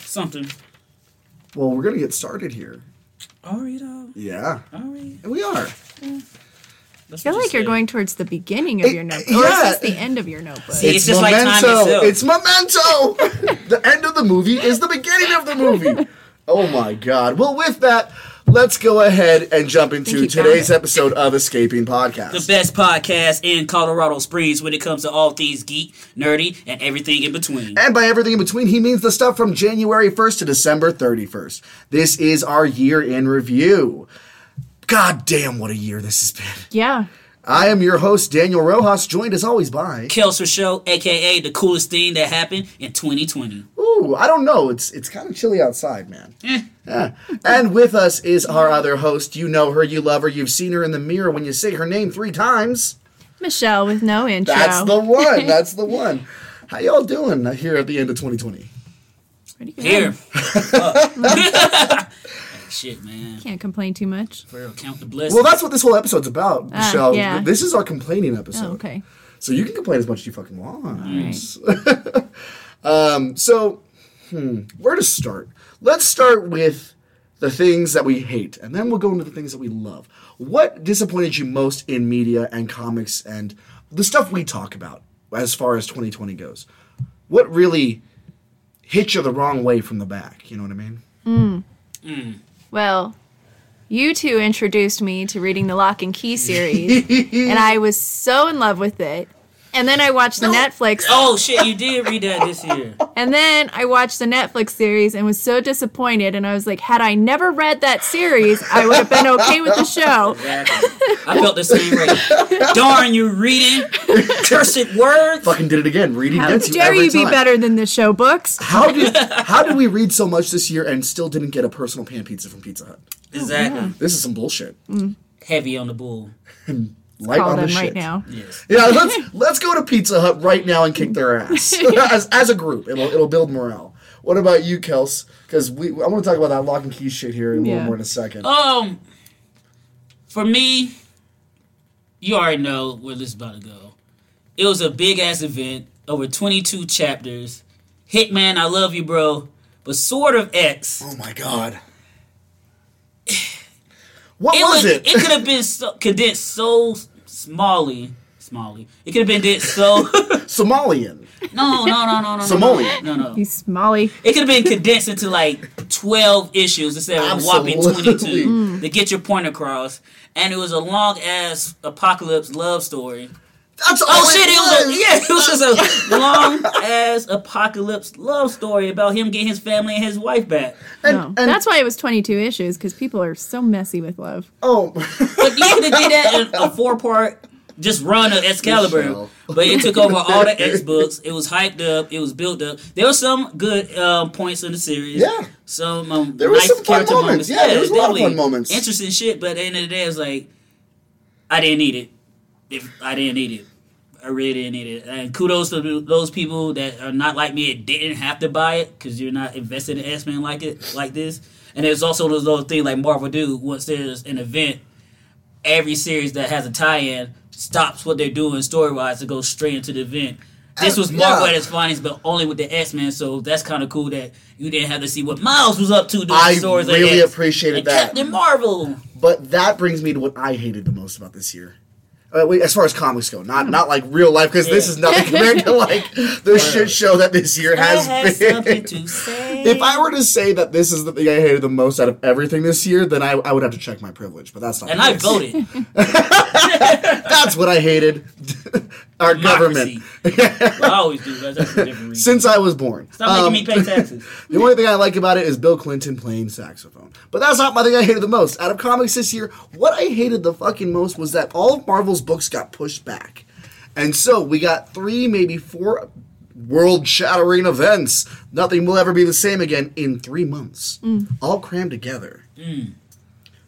Something. Well, we're gonna get started here. All right, um, all Yeah, right. we are. That's I feel what like you're said. going towards the beginning of It- your notebook. Or is yeah. this the end of your notebook? See, It's just like time itself. it's memento. the end of the movie is the beginning of the movie. Oh my god. Well, with that, let's go ahead and jump into you, today's Dominic. episode of Escaping Podcast. The best podcast in Colorado Springs when it comes to all things geek, nerdy, and everything in between. And by everything in between, he means the stuff from January 1st to December 31st. This is our year in review. God damn, what a year this has been. yeah. I am your host, Daniel Rojas, joined as always by. Kelser Show, aka the coolest thing that happened in 2020. Ooh, I don't know. It's it's kind of chilly outside, man. Eh. Yeah. And with us is our other host. You know her, you love her, you've seen her in the mirror when you say her name three times. Michelle with no intro. That's the one. That's the one. How y'all doing here at the end of 2020? Pretty good. Here. Shit, man. Can't complain too much. For real, count the blessings. Well, that's what this whole episode's about, Michelle. Ah, yeah. This is our complaining episode. Oh, okay. So you can complain as much as you fucking want. um, so, hmm, where to start? Let's start with the things that we hate, and then we'll go into the things that we love. What disappointed you most in media and comics and the stuff we talk about as far as 2020 goes? What really hit you the wrong way from the back? You know what I mean? Well, you two introduced me to reading the Lock and Key series, and I was so in love with it. And then I watched the Netflix, oh, shit, you did read that this year. and then I watched the Netflix series and was so disappointed. And I was like, had I never read that series, I would have been okay with the show. Exactly. I felt the same way. Darn, you reading cursed words. Fucking did it again. Reading How gets you dare every you be time. better than the show books? How did how did we read so much this year and still didn't get a personal pan pizza from Pizza Hut? Oh, Exactly. This is some bullshit. Heavy on the bull. Light Call on them the right shit. now. Yes. Yeah, let's let's go to Pizza Hut right now and kick their ass as, as a group. It'll it'll build morale. What about you, Kels? Because we I want to talk about that lock and key shit here in a little Yeah. more in a second. Um, for me, you already know where this is about to go. It was a big ass event, over 22 chapters. Hitman, I love you, bro. But Sword of X. oh my god, what it was was- it? could have been so, condensed so smally. Smally. It could have been did so. Somalian, no, no, no, no, no. Somali. No, no. no. You smally. It could have been condensed into like 12 issues instead of a whopping Absolutely. 22 to get your point across. And it was a long ass apocalypse love story. That's all. Oh shit! It was was. a, yeah, it was just a long ass apocalypse love story about him getting his family and his wife back. And, No. and- That's why it was 22 issues, because people are so messy with love. oh. But you could have did that in a four part just run of Excalibur. Michelle. But it took over all the X books. It was hyped up. It was built up. There were some good um, points in the series. Yeah. Some um, There was nice some fun character moments. moments. Yeah, there was a lot of fun definitely. moments. Interesting shit. But at the end of the day, it's like I didn't need it. If I didn't need it. I really didn't need it. And kudos to those people that are not like me and didn't have to buy it because you're not invested in X Men like it like this. And there's also those little thing like Marvel do once there's an event, every series that has a tie-in stops what they're doing story-wise to go straight into the event. This was Uh, Marvel yeah. at its finest, but only with the X Men. So that's kind of cool that you didn't have to see what Miles was up to doing I stories like really X. appreciated and that. Captain Marvel. But that brings me to what I hated the most about this year. Uh, wait, as far as comics go, not not like real life, because this Yeah. is nothing compared to like the shit show that this year has I have been. something to say. If I were to say that this is the thing I hated the most out of everything this year, then I, I would have to check my privilege. But that's not. and the I case. voted. That's what I hated. Our government Democracy. I always do. That's that's a different reason. since I was born. Stop Um, making me pay taxes. The only thing I like about it is Bill Clinton playing saxophone. But that's not my thing I hated the most. Out of comics this year, what I hated the fucking most was that all of Marvel's books got pushed back. And so we got three, maybe four world shattering events. Nothing will ever be the same again in three months. All crammed together.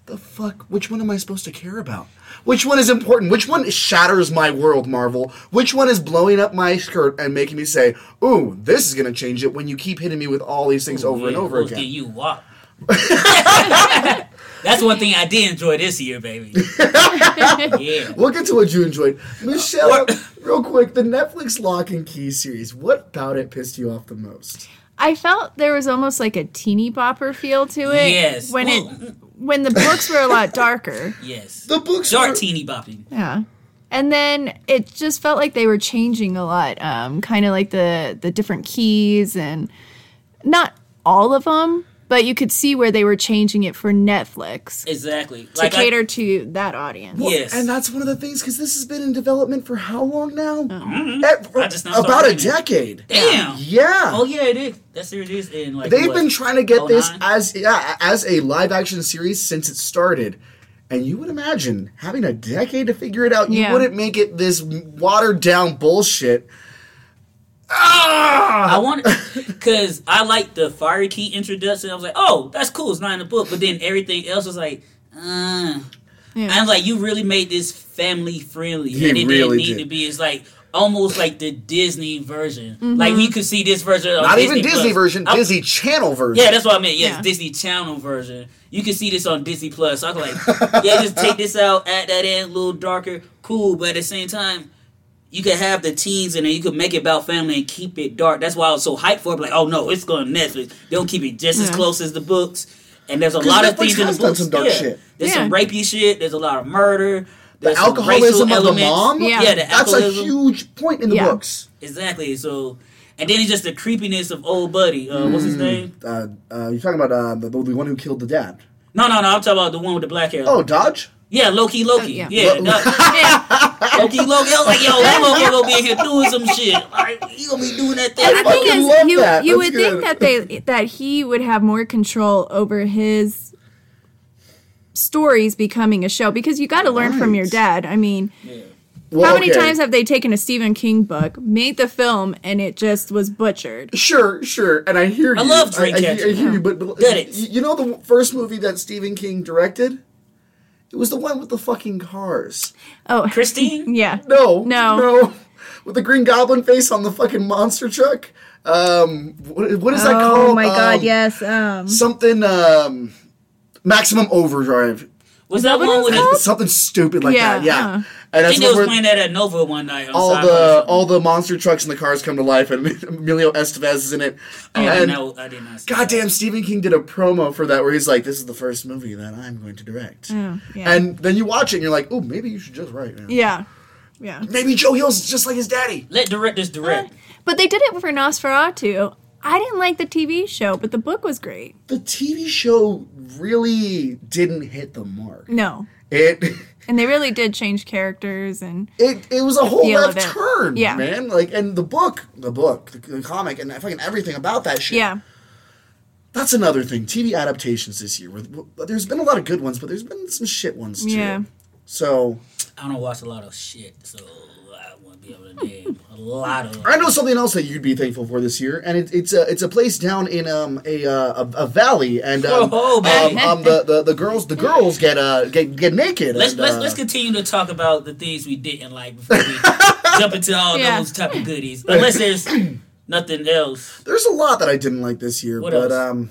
The fuck? Which one am I supposed to care about? Which one is important? Which one shatters my world, Marvel? Which one is blowing up my skirt and making me say, ooh, this is gonna change it when you keep hitting me with all these things over and Yeah, over Rose again? did you walk. That's one thing I did enjoy this year, baby. yeah. We'll get to what you enjoyed. Michelle, real quick, the Netflix Lock and Key series, what about it pissed you off the most? I felt there was almost like a teeny bopper feel to it. Yes. When Well, it when the books were a lot darker. Yes. The books Dark were- teeny bopping. Yeah. And then it just felt like they were changing a lot, um, kind of like the the different keys and not all of them, but you could see where they were changing it for Netflix Exactly. to cater to that audience. Well, Yes. And that's one of the things because this has been in development for how long now? At- Mm-hmm. I just now about a started reading it. decade. I, damn. Yeah. Oh yeah, it is. That series is in like. They've what, been trying to get this 09? as yeah as a live action series since it started. And you would imagine having a decade to figure it out, you Yeah. wouldn't make it this watered down bullshit. Ah! I want because I like the fire key introduction. I was like, oh, that's cool. It's not in the book. But then everything else was like, uh. Yeah. I was like, you really made this family friendly. He and it really didn't need did. to be. It's like almost like the Disney version. Like we could see this version. on Not even Disney Plus. version, I- Disney Channel version. Yeah, that's what I meant. Yes, Yeah. Disney Channel version. You can see this on Disney Plus. So I was like, yeah, just take this out, add that in, a little darker, cool. But at the same time, you could have the teens in it. You could make it about family and keep it dark. That's why I was so hyped for it. Like, oh no, it's going to Netflix. They'll keep it just as Yeah. close as the books. And there's a lot of Netflix things in the has done books. some dark yeah. shit. There's some Yeah. rapey shit. There's a lot of murder. the there's some racial alcoholism of the elements. mom. Yeah. yeah the that's a alcoholism. huge point in the Yeah. books. Exactly. So, and then it's just the creepiness of old buddy. Uh, What's his name? Uh, uh, you're talking about uh, the, the one who killed the dad. No, no, no. I'm talking about the one with the black hair. Oh, Dodge. Yeah, Loki, Loki. Oh, yeah. yeah, no, Loki, Loki. I was like, yo, that Loki gonna be in here doing some shit. Like, he gonna be doing that And thing. the thing fucking is, love you, that. you That's would good. think that they that he would have more control over his stories becoming a show because you got to learn from your Right. dad. I mean, Well, how many okay. times have they taken a Stephen King book, made the film, and it just was butchered? Sure, sure, and I hear you. I love I, I, hear- I Dreamcatcher. hear you, but, but Did it. you you know the first movie that Stephen King directed? It was the one with the fucking cars. Oh, Christine? yeah. No, No. no, with the green goblin face on the fucking monster truck. Um, what, what is that called? Oh my God! Um, Yes. Um, something. Um, maximum overdrive. Was that what one it's with? called? I Something stupid like Yeah, that. Yeah, uh-huh. and that's think they when was we're- playing that at Nova one night. On all Sci-Fi the or all the monster trucks and the cars come to life, and Emilio Estevez is in it. something. Oh, and no, I did not. See goddamn, Stephen King did a promo for that where he's like, "This is the first movie that I'm going to direct," oh, yeah. and then you watch it and you're like, "Oh, maybe you should just write." Man. yeah. Yeah. Maybe Joe Hill's just like his daddy. Let directors direct. But they did it for Nosferatu. I didn't like the TV show, but the book was great. The TV show really didn't hit the mark. No. It And they really did change characters and it it was a whole feel left of it. turn, Yeah. man. Like, and the book, the book, the, the comic, and fucking everything about that shit. yeah. that's another thing. TV adaptations this year. With, with- there's been a lot of good ones, but there's been some shit ones too. Yeah. So I don't watch a lot of shit, so I won't be able to name a lot of. I know something else that you'd be thankful for this year, and it, it's a it's a place down in um a uh, a, a valley, and um, Oh, um, baby. um, the, the the girls the girls get uh get get naked. Let's and, let's uh, let's continue to talk about the things we didn't like before we jump into all Yeah. those type of goodies. Unless there's nothing else. There's a lot that I didn't like this year, What but else? um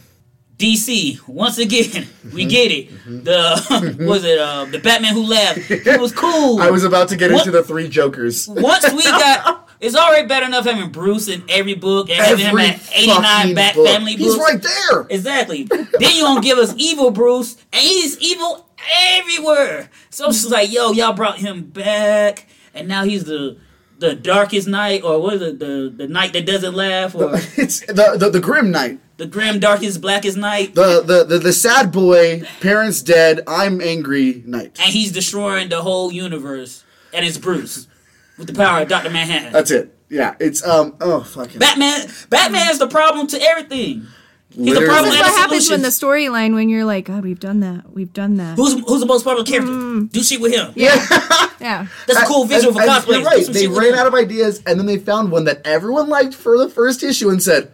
DC once again. We get it. Mm-hmm. The was it uh, the Batman who laughed? It was cool. I was about to get What? into the three jokers. once we got. It's already better enough having Bruce in every book and having him Every at 89 fucking Bat book. Family He's books. right there. Exactly. then you don't give us evil Bruce, and he's evil everywhere. So it's just like, yo, y'all brought him back, and now he's the the darkest night, or what is it, the the night that doesn't laugh, or It's the the, the grim night. the grim darkest blackest night, The, the the the sad boy, parents dead, I'm angry night. and he's destroying the whole universe, and it's Bruce with the power of Doctor Manhattan. That's it. Yeah, it's um. Oh fucking. Batman, Batman's the problem to everything. He's the Literally. problem That's and what the happens when solution. the storyline when you're like, God, we've done that. We've done that. Who's who's the most popular character? Mm. Do shit with him. yeah. That's a cool visual And- for and cosplay. You're right. They ran out of ideas, and then they found one that everyone liked for the first issue, and said,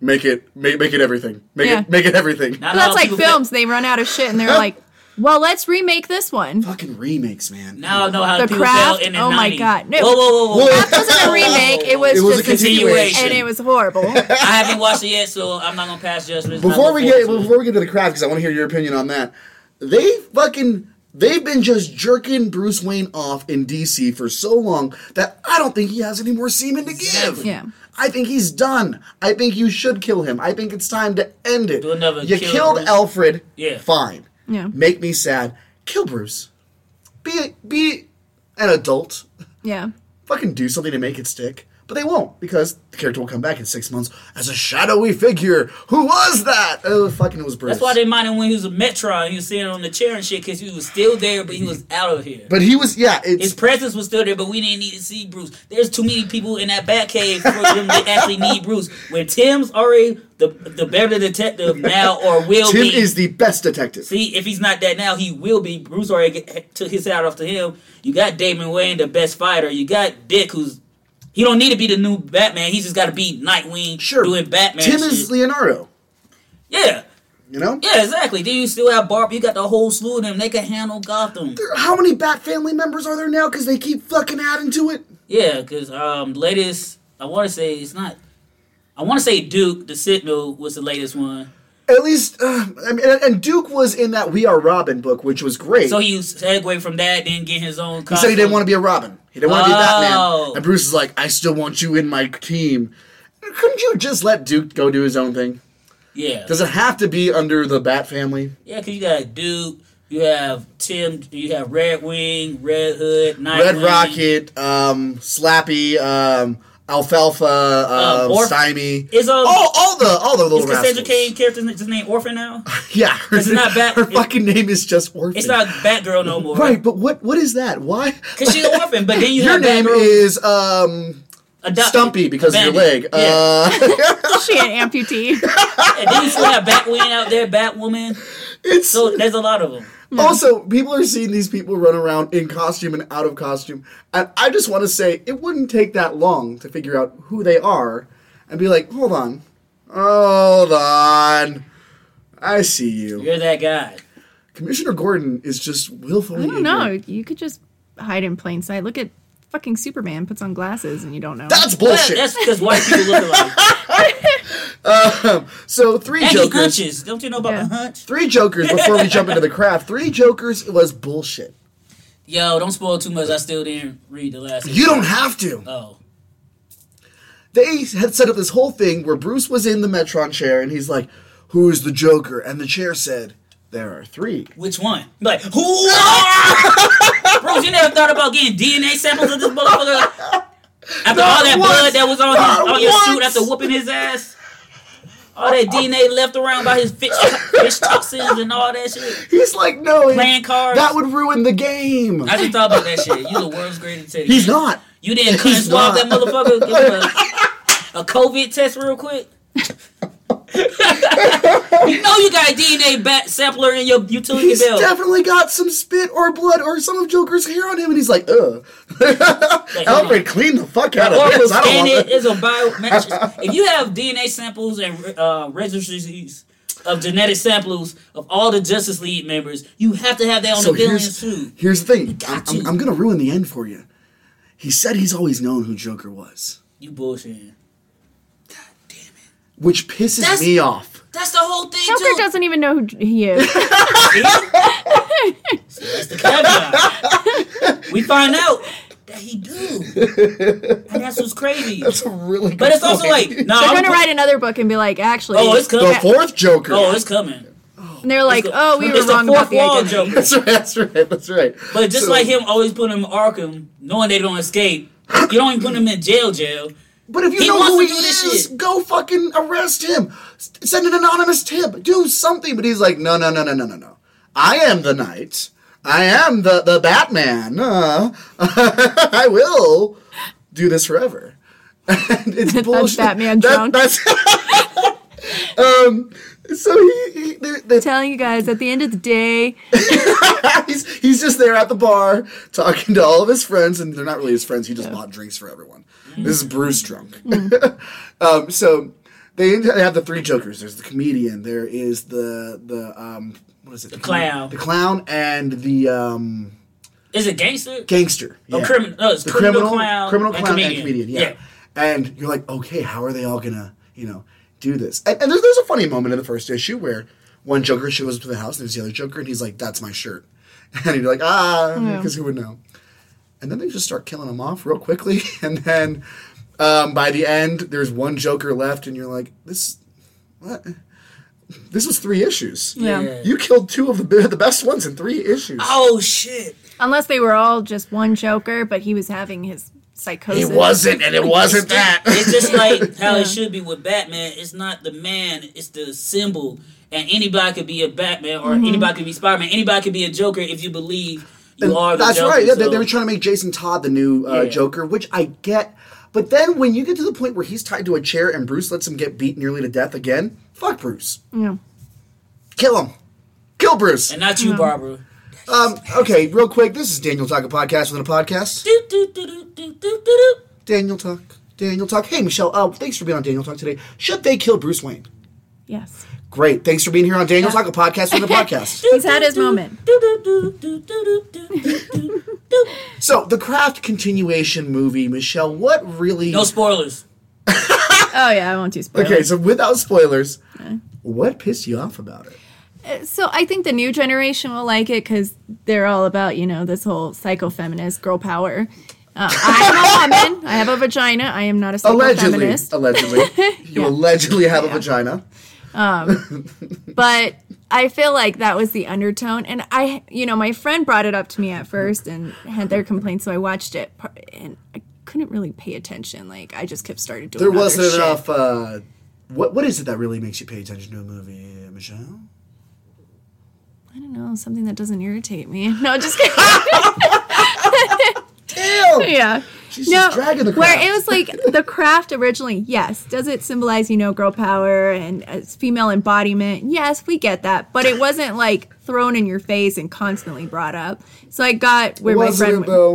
"Make it, make, make it everything. Make Yeah. it, make it everything." Not Well, all that's like people think- films. They run out of shit and they're like, well, let's remake this one. Fucking remakes, man. Now I know how The people Craft? felt in the Oh my 90s. God. No. Whoa, whoa, whoa, whoa. It wasn't a remake. It was, It was a just a continuation. continuation. And it was horrible. I haven't watched it yet, so I'm not gonna pass judgment. Before we get It's not before we get to the craft, because I want to hear your opinion on that. They fucking They've been just jerking Bruce Wayne off in DC for so long that I don't think he has any more semen to give. Yeah. I think he's done. I think you should kill him. I think it's time to end it. Do another you kill killed Bruce. Alfred. Yeah. Fine. Yeah. Make me sad. Kill Bruce. Be be an adult. Yeah. Fucking do something to make it stick. But they won't because the character will come back in six months as a shadowy figure. Who was that? Oh, fucking it was Bruce. That's why they mined him when he was a Metron. He was sitting on the chair and shit because he was still there, but he was out of here. but he was yeah. His It's presence was still there, but we didn't need to see Bruce. There's too many people in that Batcave for them to actually need Bruce. When Tim's already the the better detective now, or will Tim be. is the best detective. see, if he's not that now, he will be. Bruce already get, took his hat off to him. You got Damon Wayne, the best fighter. You got Dick, who's he don't need to be the new Batman. He's just got to be Nightwing, Sure. doing Batman. Tim shit. is Leonardo. yeah. You know. Yeah, exactly. Then you still have Barb. You got the whole slew of them. They can handle Gotham. How many Bat family members are there now? Because they keep fucking adding to it. Yeah, because um, latest I want to say it's not. I want to say Duke the Sentinel was the latest one. At least, uh, I mean, and- and Duke was in that We Are Robin book, which was great. So he, he segued from that, then get his own. Costume. said he didn't want to be a Robin. He didn't want to be Oh. Batman. And Bruce is like, I still want you in my team. Couldn't you just let Duke go do his own thing? Yeah, Does it have to be under the Bat family? yeah, because you got Duke. You have Tim. You have Red Wing, Red Hood, Nightwing, Red Rocket, um, Slappy, um, Alfalfa, um, Uh, Orph- Stymie. It's um, all, all the all the is Oh, little Cassandra rascals. Cain character's just named Orphan now. Yeah, her, It's not Bat- her it- fucking name is just Orphan. It's not Batgirl no more. Right, but what what is that? Why? Because she's an orphan, but then you Your have name Batgirl is um adopted, Stumpy because of your leg. abandoned. Yeah. Uh, she an amputee. and then you still have Batwing out there, Batwoman. it's So there's a lot of them. also people are seeing these people run around in costume and out of costume, and I just want to say it wouldn't take that long to figure out who they are, and be like, hold on, hold on, I see you. You're that guy. Commissioner Gordon is just willfully. I don't know. ignorant. You could just hide in plain sight. Look at fucking Superman puts on glasses and you don't know. That's Yeah, bullshit. that's because white people look alike. so three And he jokers. hunches. Don't you know about Yeah. the hunch? Three jokers before we jump into the craft. Three jokers was bullshit. Yo, don't spoil too much. I still didn't read the last. You don't have to. Oh, They had set up this whole thing where Bruce was in the Metron chair and he's like, Who is the Joker? And the chair said, There are three. which one? I'm Like who? are- Bros, you never thought about getting DNA samples of this motherfucker? After all that once. blood that was on Not his, on your suit once. after whooping his ass. All that DNA left around by his fish, fish toxins and all that shit. He's like, No, it- Playing cards. that would ruin the game. I just thought about that shit. You the world's greatest teddy. He's not. You didn't cut and He's swab that not. motherfucker. Give him a, a COVID test real quick. you know you got a DNA bat sampler in your utility He's bill. definitely got some spit or blood or some of Joker's hair on him, and he's like, ugh. Alfred, clean the fuck out or of will this. I don't scan want it it. is a biometric. if you have DNA samples and uh, registries of genetic samples of all the Justice League members, you have to have that on So the billions here's, too. here's the thing. I'm, you. I'm, I'm gonna ruin the end for you. He said he's always known who Joker was, You bullshitting. which pisses That's- me off. That's the whole thing Joker too. doesn't even know who he is. See, that's the caveat. we find out that he do, and that's what's crazy. That's a really good But it's also point. like, no, They're I'm gonna write another book and be like, actually, Oh, it's the coming. fourth Joker. Oh, it's coming. and they're like, it's the- oh, we were it's the wrong about fourth the wall identity. joke. that's right. That's right. That's right. But just So- like him always putting him in Arkham, knowing they don't escape, you don't even put him in jail, jail. but if you he know wants who to he do this is, shit. go fucking arrest him. S- Send an anonymous tip. Do something. But he's like, no, no, no, no, no, no, no. I am the knight. I am the the Batman. Uh, I will do this forever. And it's bullshit. Batman drunk. That's. um. So he, he they, they Telling you guys, at the end of the day, he's, he's just there at the bar talking to all of his friends, and they're not really his friends. He just bought drinks for everyone. This is Bruce drunk. um, so they they have the three jokers. There's the comedian. There is the the um, what is it? The clown. The clown and the um, Is it gangster? gangster. Oh, criminal- no, it's the criminal criminal, clown criminal and clown comedian. and comedian. Yeah. Yeah. And you're like, okay, how are they all gonna, you know, do this? And, and there's, there's a funny moment in the first issue where one Joker shows up to the house, and there's the other Joker, and he's like, "That's my shirt," and you're like, ah, Yeah. because who would know? And then they just start killing them off real quickly, and then um, by the end, there's one Joker left, and you're like, this, what? This was three issues. Yeah. You killed two of the b- the best ones in three issues. Oh shit! Unless they were all just one Joker, but he was having his psychosis. It wasn't, and it wasn't that. It's just like how it should be with Batman. It's not the man; it's the symbol. And anybody could be a Batman, or Mm-hmm. anybody could be Spider-Man. Anybody could be a Joker if you believe you are the That's Joker. right. Yeah, they, so- they were trying to make Jason Todd the new uh, Yeah. Joker, which I get. But then when you get to the point where he's tied to a chair and Bruce lets him get beat nearly to death again, fuck Bruce. Yeah. Kill him. Kill Bruce. and not you, Barbara. Um, okay, real quick. This is Daniel Talk, a podcast within a podcast. Do, do, do, do, do, do, do. Daniel Talk. Daniel Talk. Hey, Michelle. Uh, thanks for being on Daniel Talk today. Should they kill Bruce Wayne? Yes. Great. Thanks for being here on Daniel Talk, a podcast within a podcast. He's had his moment. Do, do, do, do, do, do, do, do, do. So, the craft continuation movie, Michelle, what really. No spoilers. Oh yeah, I won't do spoilers. okay, so without spoilers, what pissed you off about it? So I think the new generation will like it because they're all about you know this whole psycho-feminist girl power. Uh, I am a woman. I have a vagina. I am not a allegedly, psycho-feminist. allegedly, you allegedly have a vagina. but I feel like that was the undertone. And I, you know, my friend brought it up to me at first and had their complaint, so I watched it par- and I couldn't really pay attention. Like I just kept started doing. There other wasn't shit. enough. Uh, what what is it that really makes you pay attention to a movie, Michelle? I don't know something that doesn't irritate me. No, just kidding. Damn, yeah. she's just dragging the crowd. Where it was like the craft originally, yes. Does it symbolize, you know, girl power and uh, female embodiment? Yes, we get that. But it wasn't like thrown in your face and constantly brought up. So I got where my wasn't friend it though?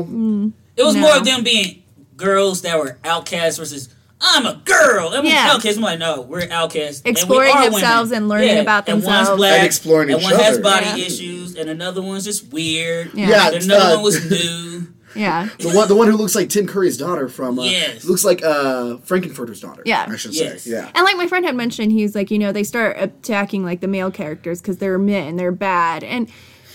It was No. more of them being girls that were outcasts versus I'm a girl. I'm Yeah. yeah. outcast. I'm like, no, we're outcasts. And we Exploring are themselves women. and learning about And one's themselves. black, And exploring and each one has other. body Yeah. issues, and another one's just weird. Yeah. Yeah, And another uh, one was new. Yeah. The one, the one who looks like Tim Curry's daughter from uh, Yes. looks like uh, Frankenfurter's daughter. Yeah. I should Yes. say. Yeah, And like my friend had mentioned, he was like, you know, they start attacking like the male characters because they're men, they're bad. And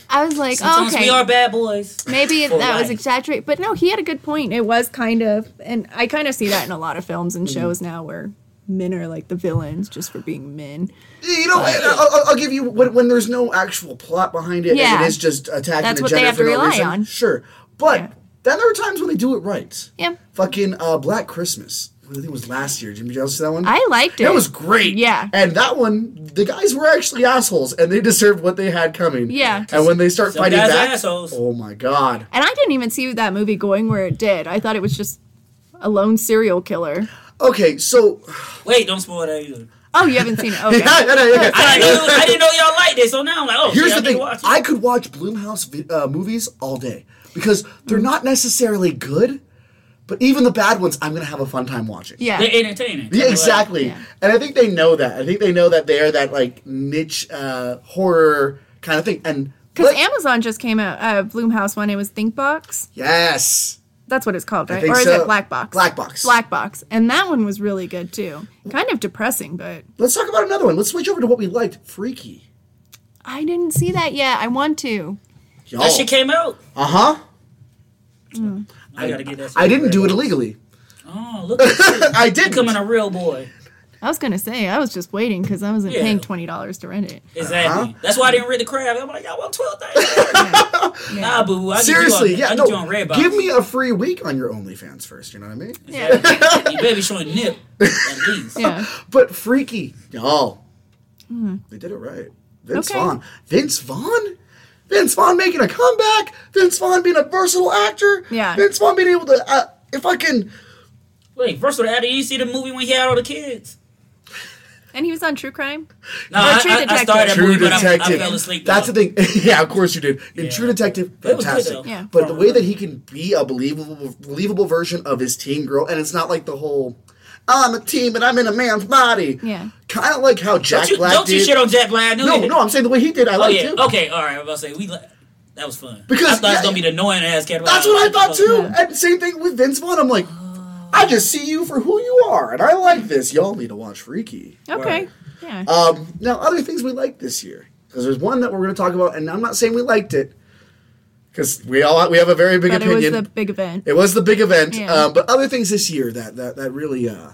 I was like, oh, Sometimes okay. we are bad boys. Maybe for that was life. exaggerated, but no, he had a good point. It was kind of, and I kind of see that in a lot of films and Mm-hmm. shows now where men are like the villains just for being men. you know, I- I'll, I'll- I'll give you when, when there's no actual plot behind it, and Yeah. it is just attacking That's a what gender they have for to no rely reason. on. Sure, but Yeah. then there are times when they do it right. Yeah. Fucking uh, Black Christmas. I think it was last year. Did you ever see that one? I liked it. That was great. Yeah. And that one, the guys were actually assholes, and they deserved what they had coming. Yeah. And when they start Some fighting guys are back, assholes. oh my god. And I didn't even see that movie going where it did. I thought it was just a lone serial killer. Okay, so Wait, don't spoil that either. Oh, you haven't seen it? Okay. Yeah, yeah, yeah, yeah. I didn't, know, I didn't know y'all liked it, so now I'm like, oh, here's the shit, I need to thing: watch it. I could watch Bloomhouse vi- uh, movies all day because they're not necessarily good, but even the bad ones, I'm gonna have a fun time watching. yeah. They're entertaining. Yeah, Like, exactly. Yeah. And I think they know that. I think they know that they are that like niche uh, horror kind of thing. And Because but- Amazon just came out, uh, Bloomhouse one. It was Thinkbox. yes. That's what it's called, right? think Or is so. it Black Box? Black Box. Black Box. And that one was really good too. Kind of depressing, but Let's talk about another one. Let's switch over to what we liked. Freaky. I didn't see that yet. I want to. Y'all. That shit came out. Uh huh. I, gotta get that. I didn't do it illegally. Oh, look at you I did. becoming a real boy. I was gonna say I was just waiting because I wasn't Yeah. paying twenty dollars to rent it. Exactly. That's why I didn't read the crab. I'm like, y'all want twelve things? Nah, boo. I get Seriously, you yeah, on, no. I get you on Redbox. Give me a free week on your OnlyFans first. You know what I mean? Yeah, You better be showing nip at least. yeah. But freaky, y'all. They did it right. Vince Hmm. Okay. Vaughn. Vince Vaughn. Vince Vaughn making a comeback. Vince Vaughn being a versatile actor. Yeah. Vince Vaughn being able to, uh, if I can, Wait, first of all, did you see the movie when he had all the kids? And he was on True Crime. No, The I, True I, I Detective. started that True movie, but I, I Detective. fell asleep. That's though. the thing. yeah, of course you did. In True Detective, It was good, fantastic. though. Yeah. But the way that he can be a believable, believable version of his teen girl, and it's not like the whole "I'm a teen, but I'm in a man's body." Yeah. Kind of like how Jack Don't you, Black don't did. you shit on Jack Black? no, no, I'm saying the way he did, I Oh like yeah. too. Okay. All right. I was about to say we. Like, that was fun. Because- I thought it yeah, was gonna be the annoying ass cat. That's what I thought too. And same thing with Vince Vaughn. I'm like, I just see you for who you are, and I like this. Y'all need to watch Freaky. Okay. Right. Uh, Yeah. Um, now, other things we liked this year because there's one that we're going to talk about, and I'm not saying we liked it, because we all we have a very big but it was opinion. the big event. It was the big event, Yeah. uh, but other things this year that that that really uh,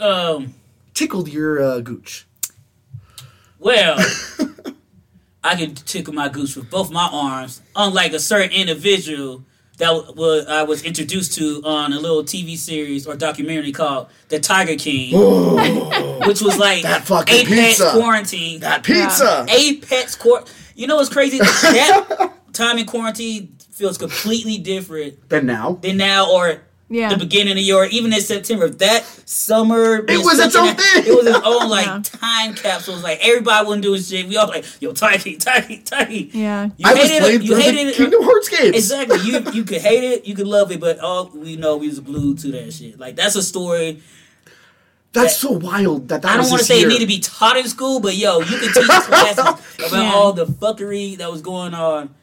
Um, tickled your uh, gooch. well, I could tickle my goose with both my arms, unlike a certain individual that w- wa- I was introduced to on a little TV series or documentary called The Tiger King, which was like Oh. That fucking apex pizza. quarantine. That pizza. apex court. You know what's crazy? that time in quarantine feels completely different Then now than now or Yeah. the beginning of the year, or even in September. That summer, being was its stuck in own that- thing. It was its own like Yeah. time capsule. It was like everybody wasn't doing shit. We all like, yo, Tiny, Tiny, Tiny. Yeah. you I was hated playing it. You through hated the it. Kingdom Hearts games. Exactly. You you could hate it. You could love it. But all we know, we was glued to that shit. Like that's a story. That's so wild. That, that I don't want to say it need to be taught in school, but yo, you can teach classes about Yeah. all the fuckery that was going on.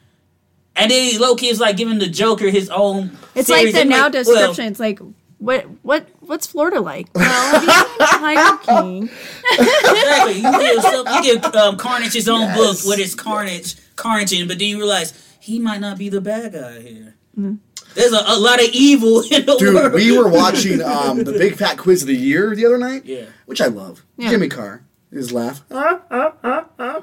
And then low kids like giving the Joker his own. It's series. like the I'm now well, description. it's like what what what's Florida like? Well, the Tiger King. Exactly. You give, some, you give um, Carnage his own Yes. book with his Carnage, Carnage in, but then you realize he might not be the bad guy here. There's a, a lot of evil in the Dude, world. we were watching um, the Big Fat Quiz of the Year the other night. Yeah. Which I love. Yeah. Jimmy Carr. His laugh. um,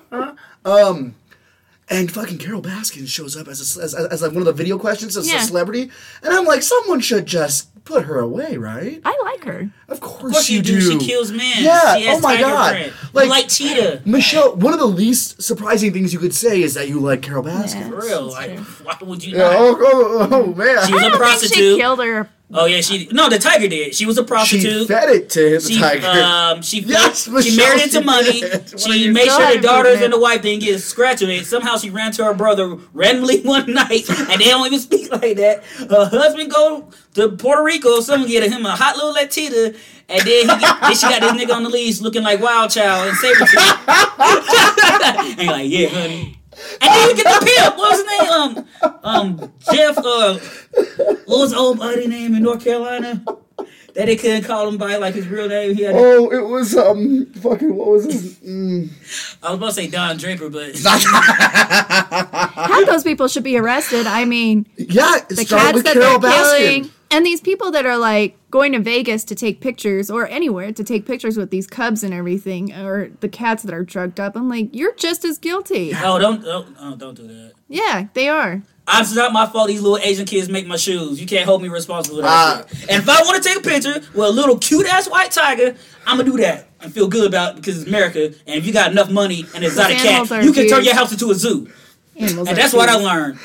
and fucking Carol Baskin shows up as, a, as, as like one of the video questions as Yeah. a celebrity. And I'm like, someone should just put her away, right? I like her. Of course, Of course you you do. do. She kills men. Yeah, She has oh my tiger God. print. Like- you like Cheetah. Michelle, one of the least surprising things you could say is that you like Carol Yeah. Baskin. For real. That's Like, true. why would you Yeah, not? oh, oh, oh, man. She was a I think she prostitute. killed her. Oh yeah, she no the tiger did. She was a she prostitute. fed it to the She tiger. um she Yes, she Michelle, married she into money. did. What are She you made doing? sure the daughters Improvement. and the wife didn't get scratched with it. Somehow she ran to her brother randomly one night, and they don't even speak like that. Her husband go to Puerto Rico. Someone get him a hot little Latina, and then, he get, then she got this nigga on the leash looking like Wild Child and Saber and like yeah, honey. And then you get the pimp. What was his name? Um, um, Jeff. Uh, what was the old buddy name in North Carolina? That they couldn't call him by like his real name. He had a Oh, it was um fucking what was his? Mm. I was about to say Don Draper, but Uh, Half those people should be arrested. I mean, Yeah, it the started cats with that Carol they're Baskin. killing, and these people that are like going to Vegas to take pictures or anywhere to take pictures with these cubs and everything, or the cats that are drugged up. I'm like, you're just as guilty. oh, don't don't oh, don't do that. Yeah, they are. I'm, it's not my fault these little Asian kids make my shoes. You can't hold me responsible for Ah. that. shit. And if I want to take a picture with a little cute ass white tiger, I'm gonna do that and feel good about it because it's America. And if you got enough money and it's not a cat, Animals are you can turn huge. your house into a zoo. Animals And are that's what I cute. learned.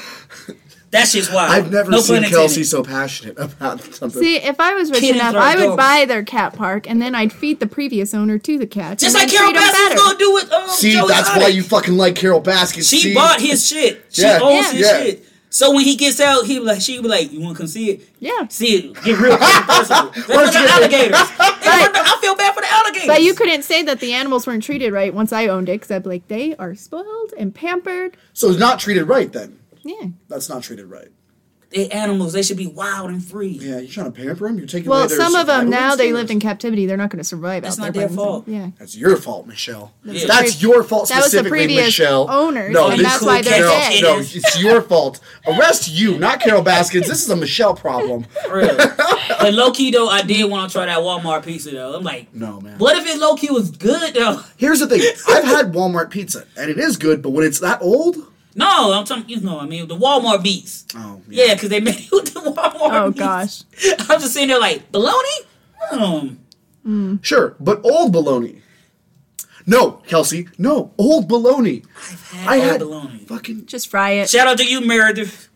That shit's wild. I've never No seen pun Kelsey intended. so passionate about something. See, if I was rich Kittens enough, are I would adorable. buy their cat park, and then I'd feed the previous owner to the cats. Just and like then Carol treat 'em Baskin's better. gonna do with um, See, Joe that's why Exotic. you fucking like Carol Baskin. She see? bought his shit. She Yeah, owns his yeah. shit. So when he gets out, he be like, she be like, you want to come see it? Yeah. See it. Get real fucking personal. That's for the alligators. That's for the- I feel bad for the alligators. But you couldn't say that the animals weren't treated right once I owned it, because I'd be like, they are spoiled and pampered. So it's not treated right then. Yeah. That's not treated right. they animals. They should be wild and free. Yeah, you're trying to pamper them. You're taking. Well, away their some of them survival now they instincts. lived in captivity. They're not going to survive That's out not there. by their fault. themselves. Yeah. That's your fault, Michelle. the That's previ- your fault that was the specifically, previous Michelle. owners, no, and this- that's why they're no, dead. No, it's your fault. Arrest you, not Carol Baskins. This is a Michelle problem. For real. but low key though, I did want to try that Walmart pizza though. I'm like, No, man. What if it low key was good though? Here's the thing. I've had Walmart pizza, and it is good, but when it's that old, No, I'm talking. You know, what I mean, the Walmart beats. oh yeah. Yeah, because they made it with the Walmart. Oh, beats. gosh. I'm just sitting there like bologna. Hmm. Sure, but old baloney. No, Kelsey. No, old baloney. I've I had, had bologna. fucking Just fry it. Shout out to you, Meredith.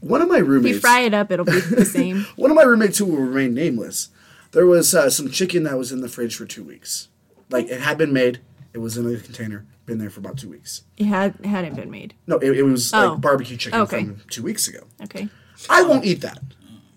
one of my if you roommates. fry it up, it'll be the same. One of my roommates who will remain nameless. There was uh, some chicken that was in the fridge for two weeks. Like it had been made. It was in a container. Been there for about two weeks. It had, hadn't been made. No, it, it was Oh. like barbecue chicken Okay. from two weeks ago. Okay. I won't eat that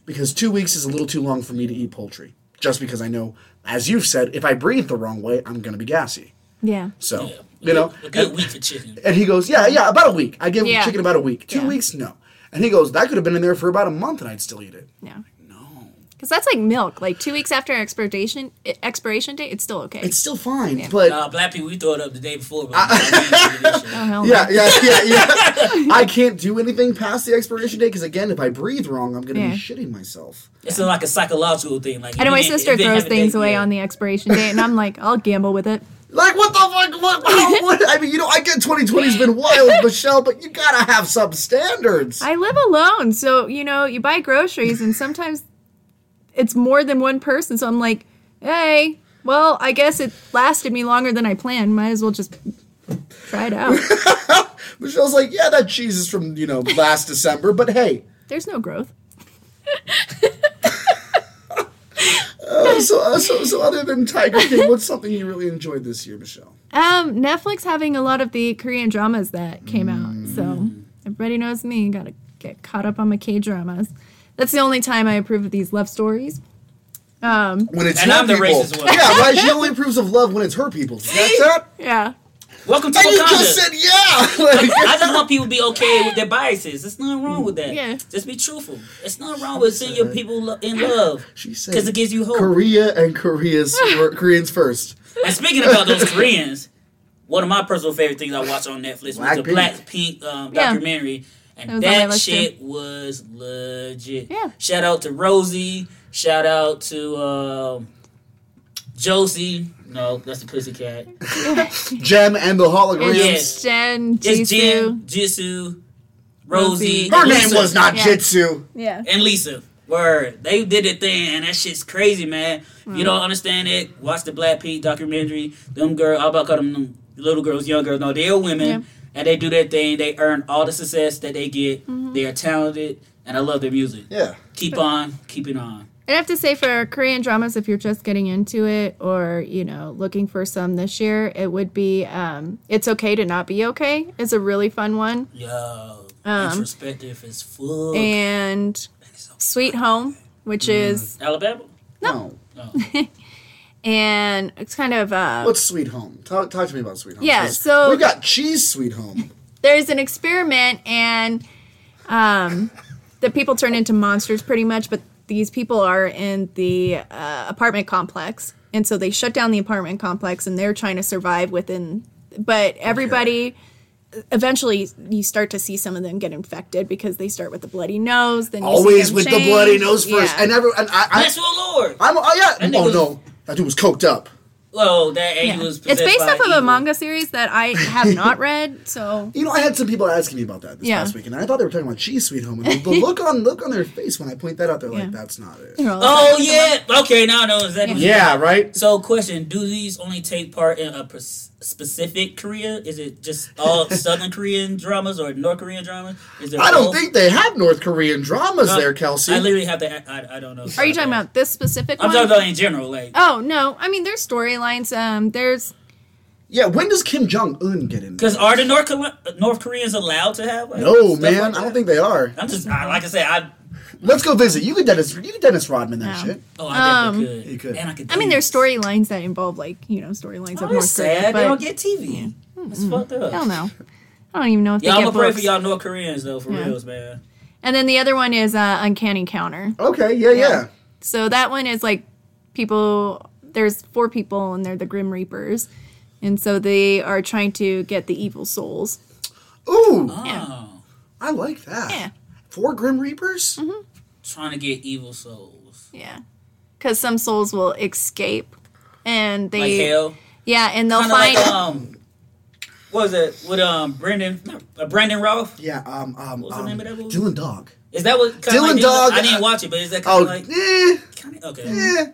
because two weeks is a little too long for me to eat poultry. Just because I know, as you've said, if I breathe the wrong way, I'm gonna be gassy. Yeah. So you know, a good week for chicken. And he goes, Yeah, yeah, about a week. I gave Yeah. him chicken about a week. Two Yeah. weeks? No. And he goes, That could have been in there for about a month and I'd still eat it. Yeah. No. Because that's like milk. Like two weeks after expiration eh, expiration date, it's still okay. It's still fine, but Uh, black people, we throw it up the day before. But I, oh, hell no. yeah, yeah, yeah, yeah. I can't do anything past the expiration date because again, if I breathe wrong, I'm gonna Yeah. be shitting myself. it's like a psychological thing. Like I know my sister throws things away on the expiration date, and I'm like, I'll gamble with it. Like what the fuck? What, what, what- I mean, you know, I get 2020's been wild, Michelle, but you gotta have some standards. I live alone, so you know, you buy groceries, and sometimes it's more than one person. So I'm like, hey, well, I guess it lasted me longer than I planned. Might as well just try it out. Michelle's like, yeah, that cheese is from you know last December, but hey, There's no growth. uh, so, uh, so so other than Tiger King, what's something you really enjoyed this year, Michelle? Um, Netflix having a lot of the Korean dramas that came Mm. out, so everybody knows me. Gotta get caught up on my K dramas. That's the only time I approve of these love stories. Um, When it's And her I'm the people. racist one. Yeah, right. She only approves of love when it's her people. That's it. yeah. Welcome to And you Wakanda. just said yeah. Like, I just want people to be okay with their biases. There's nothing wrong with that. Yeah. Just be truthful. It's nothing wrong with seeing your people lo- in love. she said Because it gives you hope. Korea and Korea's Koreans first. And speaking about those Koreans, one of my personal favorite things I watched on Netflix was the Blackpink. Black Pink um, Yeah. documentary, and That was on my that, list, shit was legit. Yeah. Shout out to Rosie. Shout out to um, Josie. No, that's the pussycat. Gem and the holograms. Yes. It's Jen, It's Jim, Jisoo. Jisoo, Rosie. Rosie. Her and name Lisa. was not Yeah. Jitsu. Yeah. and Lisa. Word, they did their thing, and that shit's crazy, man. If Hmm. You don't understand it. Watch the Black Pete documentary. Them girl, I'm about to call them, them little girls, young girls. No, they are women, Yeah. and they do their thing. They earn all the success that they get. Mm-hmm. They are talented, and I love their music. Yeah. Keep on, keep it on. And I have to say, for Korean dramas, if you're just getting into it or, you know, looking for some this year, it would be um, It's Okay to Not Be Okay is a really fun one. Yo, Um, introspective is full. And Sweet Home, which Mm. is, Alabama. No. and it's kind of, uh, What's Sweet Home? Talk, talk to me about Sweet Home. Yeah, 'cause so- we got cheese Sweet Home. there's an experiment and um, the people turn into monsters pretty much but these people are in the uh, apartment complex and so they shut down the apartment complex and they're trying to survive within but everybody eventually you start to see some of them get infected because they start with the bloody nose then you see Always them with change. the bloody nose first, Yeah. and every and I, I Maxwell Lord. I'm oh yeah. That Oh nigga was- no, that dude was coked up. Well, that and Yeah. he was. it's possessed based by off of a evil. manga series that i have not read so You know, I had some people asking me about that this Yeah. past week, and I thought they were talking about cheese Sweet Home, and the look on look on their face when I point that out, they're like, Yeah. "That's not it." Oh yeah. Okay, now I know exactly. what you're Yeah, right. So, question: Do these only take part in a pers- specific Korea? Is it just all Southern Korean dramas or North Korean dramas? Is there I both? don't think they have North Korean dramas Uh, there, Kelsey. I literally have to. I, I don't know. are you talking about this specific I'm one talking about in general, like Oh no! I mean, there's storylines. Um, there's yeah, when does Kim Jong Un get in? there? because are the North Col- North Koreans allowed to have? Like, No, stuff man, like I don't that? think they are. I'm just I, like I said. I Let's go visit. You could Dennis. You could Dennis Rodman that No. shit. oh, I Um, definitely You could. could. And I could. I mean, there's dance. storylines that involve like you know storylines Oh, of that's North Korea. sad. but They don't get TV. It's fucked up. hell no. I don't even know if they Yeah, I'm get gonna pray for books. y'all North Koreans though, for Yeah. reals, man. And then the other one is uh, Uncanny Counter. Okay, yeah, yeah. Yeah. So that one is like people. There's four people and they're the Grim Reapers, and so they are trying to get the evil souls. Ooh, Yeah. Oh, I like that. Yeah. Four Grim Reapers? Mm-hmm. trying to get evil souls Yeah, because some souls will escape, and like they hell. yeah, and they'll kind find of like um, what was it with um Brendan uh, Brendan Ralph? Yeah, um, um, was the um, name of that movie? Dylan Dog. Is that what kind Dylan of like, Dog, I didn't uh, watch it, but is that kind Oh, of like eh, kind of okay? eh,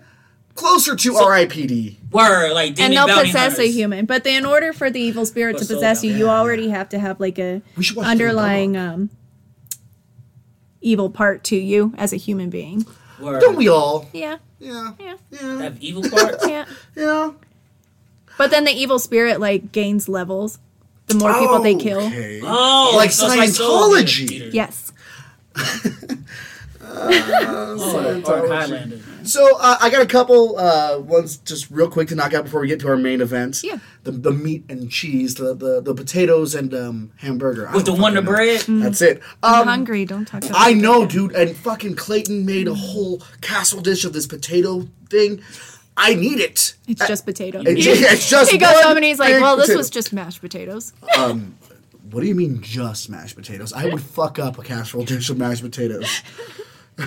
closer to R.I.P.D. Word like and Demon they'll Bounty possess Hunters. a human. But they, in order for the evil spirit Or to soul possess you, bound, you yeah, already have to have like a We should watch underlying Dylan Dog. um, evil part to you as a human being. Word. Don't we all? Yeah, Yeah, yeah, yeah, have evil parts? yeah. yeah. But then the evil spirit like gains levels the more people they kill. Okay. Oh, Like so it's Soul Scientology. Eater. Yes. Oh, or Highlander. So uh, I got a couple uh, ones just real quick to knock out before we get to our main events. Yeah. The, the meat and cheese, the the, the potatoes and um, hamburger. I With the don't Wonder fucking know. Bread. That's it. I'm Um, hungry. Don't talk about I it. know, dude. And fucking Clayton made a whole castle dish of this potato thing. I need it. It's just potato. It's just- it's just he goes one home and he's like, big "Well, this potato." was just mashed potatoes." What do you mean just mashed potatoes? I would fuck up a casserole dish of mashed potatoes.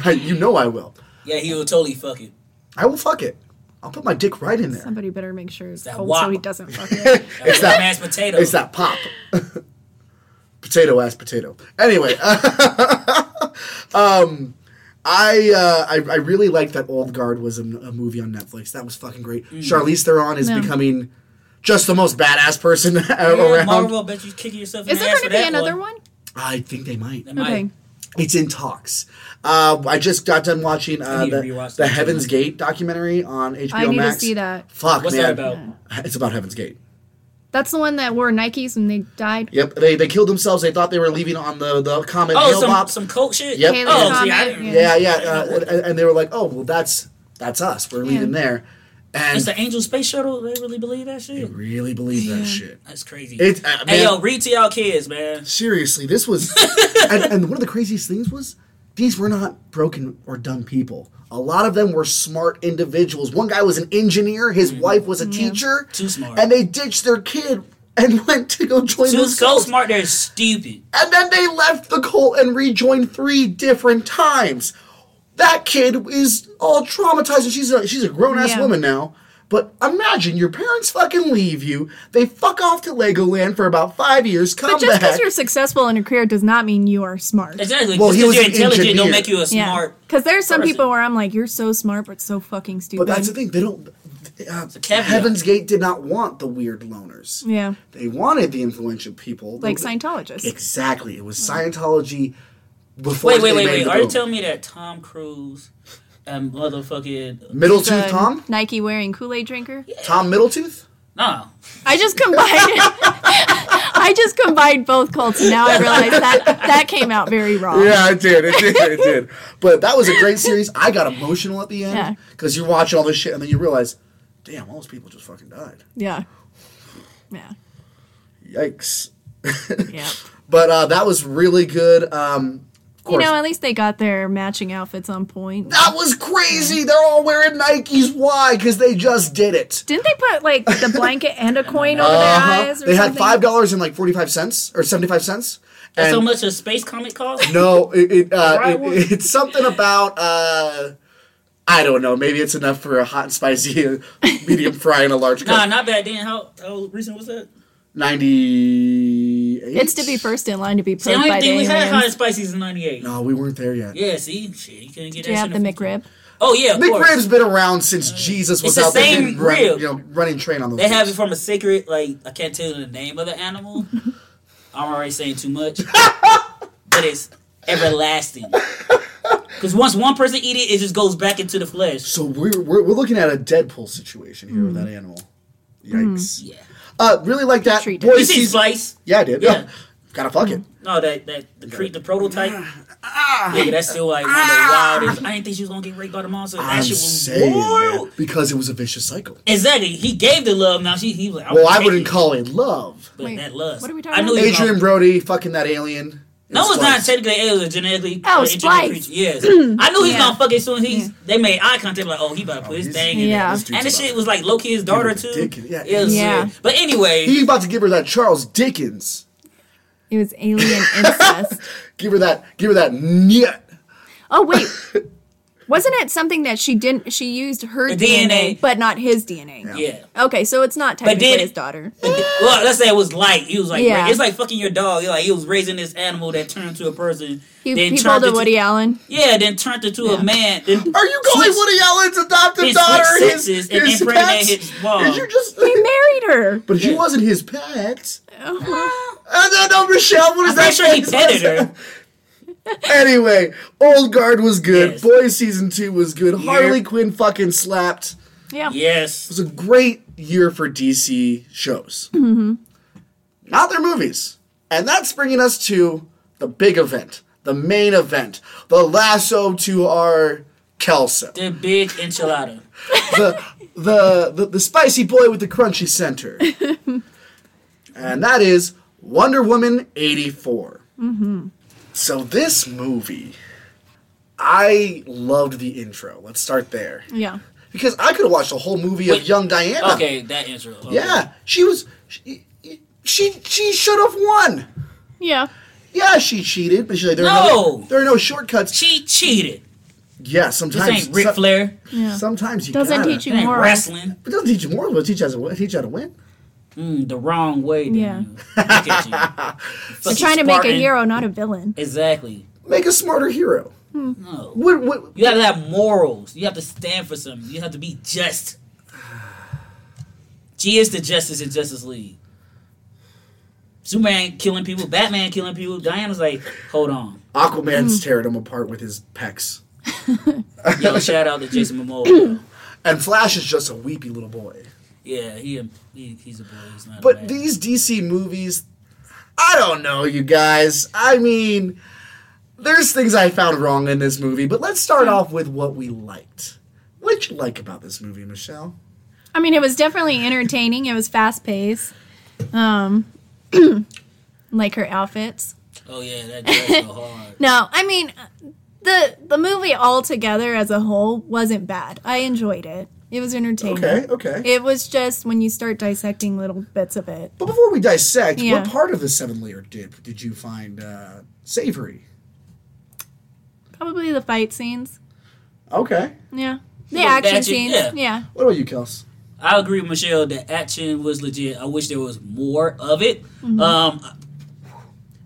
you know I will. Yeah, he will totally fuck it. I will fuck it. I'll put my dick right in there. Somebody better make sure it's that cold wop. so he doesn't fuck it. It's that mashed potato. It's that pop. potato ass potato. Anyway, um, I, uh, I I really liked that Old Guard was a, a movie on Netflix. That was fucking great. Mm. Charlize Theron is Yeah. becoming just the most badass person Yeah, around. Marvel, I bet you kicking yourself in Is the there ass going for to be that another one? I think they might. That might- Okay. It's in talks. Uh, I just got done watching uh, need to the, rewatch the that. Heaven's Gate documentary on HBO I need to Max. see that. Fuck What's man, that about? it's about Heaven's Gate. That's the one that wore Nikes and they died. Yep, they they killed themselves. They thought they were leaving on the the comet Oh, hill some pop. some coke shit. Yep. Haley's Oh, see, I comment, didn't- Yeah, yeah, uh, and, and they were like, "Oh, well, that's that's us. We're leaving Yeah. there," and It's the Angel Space Shuttle. They really believe that I shit. really believe that shit. That's crazy. It, uh, man, hey yo, read to y'all kids, man. seriously, this was, and, and one of the craziest things was these were not broken or dumb people. A lot of them were smart individuals. One guy was an engineer. His wife was a teacher. Mm-hmm. Too smart. And they ditched their kid and went to go join Too so themselves. smart, they're stupid. And then they left the cult and rejoined three different times. That kid is all traumatized, and she's a she's a grown ass Yeah. woman now. But imagine your parents fucking leave you. They fuck off to Legoland for about five years. Come But just because back. you're successful in a career does not mean you are smart. Exactly. Well, Just he 'cause was you're an intelligent engineer. don't make you a smart. Because there are some person. people where I'm like, you're so smart, but so fucking stupid. but that's the thing. They don't. Uh, caveat. Heaven's Gate did not want the weird loners. Yeah. They wanted the influential people. Like They- Scientologists. Exactly. It was Scientology. Before Wait, wait, they wait, made wait. the Are you boom. telling me that Tom Cruise and motherfucking Middletooth The Tom? Nike wearing Kool Aid drinker. Tom Middletooth? no? I just combined. I just combined both cults. and Now I realize that that came out very wrong. Yeah, it did. It did. It did. But that was a great series. I got emotional at the Yeah. end because you're watching all this shit and then you realize, damn, all those people just fucking died. Yeah. Yeah. Yikes. Yeah. But uh, that was really good. Um, of You course, know, at least they got their matching outfits on point. that was crazy. They're all wearing Nikes. Why? Because they just did it. Didn't they put like the blanket and a coin over their eyes? Or They had something? five dollars and like forty five cents or seventy five cents. That's so And- much a space comic cost? No, it, it, uh, Right one? it it's something about uh, I don't know. Maybe it's enough for a hot and spicy uh, medium fry and a large. Coke. Nah, not bad. Then how how recent was that? 98. It's to be first in line to be The proved by only the thing we had hot and aliens. spicy in '98. No, we weren't there yet. Yeah, see, shit, you couldn't get Do you that have the shit in- McRib? Oh yeah, of course. Uh, McRib's been around since Jesus was the out there same getting run- rib. you know, running train on those. They have it things. from a secret, like I can't tell you the name of the animal. I'm already saying too much, but it's everlasting. Because once one person eat it, it just goes back into the flesh. So we're, we're we're looking at a Deadpool situation here with Hmm. that animal. Yikes. Yeah, Uh, really like that. Treat Boy, it. you see season- slice? yeah, I did. Yeah. Hmm. Gotta fuck it. No, that that the cre- the prototype. Ah. Nigga, that's still like one of the wildest. I didn't think she was gonna get raped by the monster. That I'm shit was saying wild. man, because it was a vicious cycle. Exactly. He gave the love. Now she he was like, Well, would I take wouldn't it. call it love. But Wait, that lust. what are we talking I knew about? he was Adrian gonna- Brody fucking that alien. No, it's not Splice. technically aliens. It's genetically Oh, it's Splice. Yes, I knew he was Yeah. gonna fuck it soon. as He's they made eye contact like, oh, he about to put his he's- thing in. Yeah. Yeah, This dude's and the shit about was like Loki's daughter to too. dick it. Yeah. It was Yeah. weird. But anyway, He about to give her that Charles Dickens. It was alien incest. Give her that. Give her that. Nyet. Oh wait. Wasn't it something that she didn't? She used her The DNA, DNA. but not his DNA. yeah. Okay, so it's not technically then- his daughter. Well, let's say it was like he was like Yeah. it's like fucking your dog. You're like he was raising this animal that turned to a person. He, then he turned pulled a into- Woody Allen. Yeah, then turned into a man. Then Are you calling switched- Woody Allen's adoptive His daughter switched his, his, sexes and impregnated pet? his mom. Did you just? He married her. But she Yeah. wasn't his pet. Oh. And then no, Michelle, what is I'm that? pretty sure he man's petted her. last name? Anyway, Old Guard was good. Yes. Boys season two was good. Harley Quinn fucking slapped. Yeah. Yes. It was a great year for DC shows. Not their movies. And that's bringing us to the big event, the main event, the lasso to our Kelso. The big enchilada. the, the, the, the spicy boy with the crunchy center. and that is Wonder Woman 84. Mm-hmm. So this movie, I loved the intro. Let's start there. Yeah. Because I could have watched a whole movie of Wait, young Diana. Okay, that intro. Okay. Yeah, she was. She she, she should have won. Yeah. Yeah, she cheated, but she's like, there are No! no, there are no shortcuts. She cheated. Yeah, This sometimes ain't Ric some- Flair. Yeah. Sometimes you Doesn't gotta- teach you It ain't more. wrestling. It doesn't teach you more. It teach you how to teach you how to win. Mm, the wrong way. didn't Yeah. you? Look at you. They're Fucking trying to make a Spartan. hero, not a villain. Exactly. Make a smarter hero. No. What, what, You have to have morals. You have to stand for something. You have to be just. She is the Justice in Justice League. Superman killing people, Batman killing people. Diana's like, hold on. Aquaman's Mm-hmm. tearing him apart with his pecs, Yo, shout out to Jason Momoa. though. and Flash is just a weepy little boy. Yeah, he, he he's a boy. He's not. a But man. these DC movies, I don't know, you guys. I mean, there's things I found wrong in this movie, but let's start off with what we liked. What'd you like about this movie, Michelle? I mean, it was definitely entertaining. It was fast paced. Um, like her outfits. oh yeah, that dress so hard. No, I mean, the the movie altogether as a whole wasn't bad. I enjoyed it. It was entertaining. Okay, okay. It was just when you start dissecting little bits of it. But before we dissect, Yeah. what part of the seven layer dip did you find uh, savory? Probably the fight scenes. Okay. Yeah. The Yeah, action that's it, scenes. yeah. Yeah. What about you, Kels? I agree with Michelle that action was legit. I wish there was more of it. Um,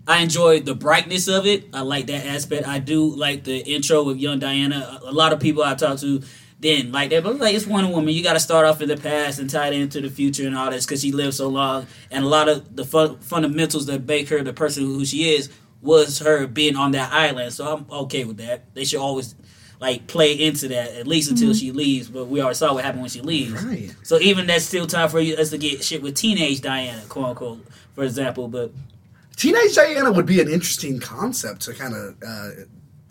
I enjoyed the brightness of it. I like that aspect. I do like the intro with young Diana. A a lot of people I talked to didn't like that, but like it's Wonder Woman. You got to start off in the past and tie it into the future and all this because she lived so long. And a lot of the fun- fundamentals that make her the person who she is was her being on that island. So I'm okay with that. They should always like play into that at least until she leaves. But we already saw what happened when she leaves. Right. So even that's still time for us to get shit with teenage Diana, quote unquote, for example. But Teenage Diana would be an interesting concept to kind of uh,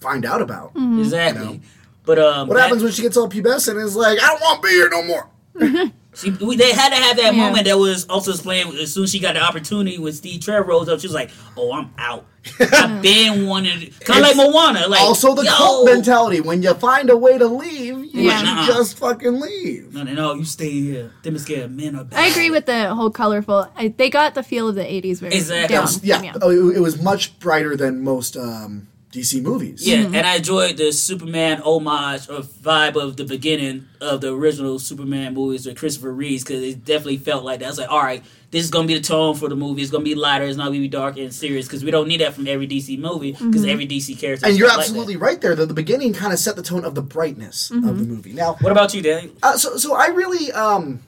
find out about. Mm. Mm. exactly. No. But um, What that- happens when she gets all pubescent and is like, I don't want to be here no more? she, we, they had to have that Yeah. moment that was also explained as soon as she got the opportunity when Steve Trevor rose up. She was like, "Oh, I'm out. I've been wanted, kind of It's like Moana." Like also, the yo. cult mentality when you find a way to leave, you Yeah. should Nuh-uh. just fucking leave. No, no, no, you stay here. Them is scared men are. Bad. I agree with the whole colorful. I, they got the feel of the 80s very Exactly. down. Yeah, Oh, it, it was much brighter than most um, DC movies. Yeah, and I enjoyed the Superman homage or vibe of the beginning of the original Superman movies with Christopher Reeves because it definitely felt like that. I was like, all right, this is gonna be the tone for the movie. It's gonna be lighter. It's not gonna be dark and serious because we don't need that from every DC movie because every DC character. And is you're not like absolutely that. right there. That the beginning kind of set the tone of the brightness of the movie. Now, What about you, Dan? Uh, so so I really um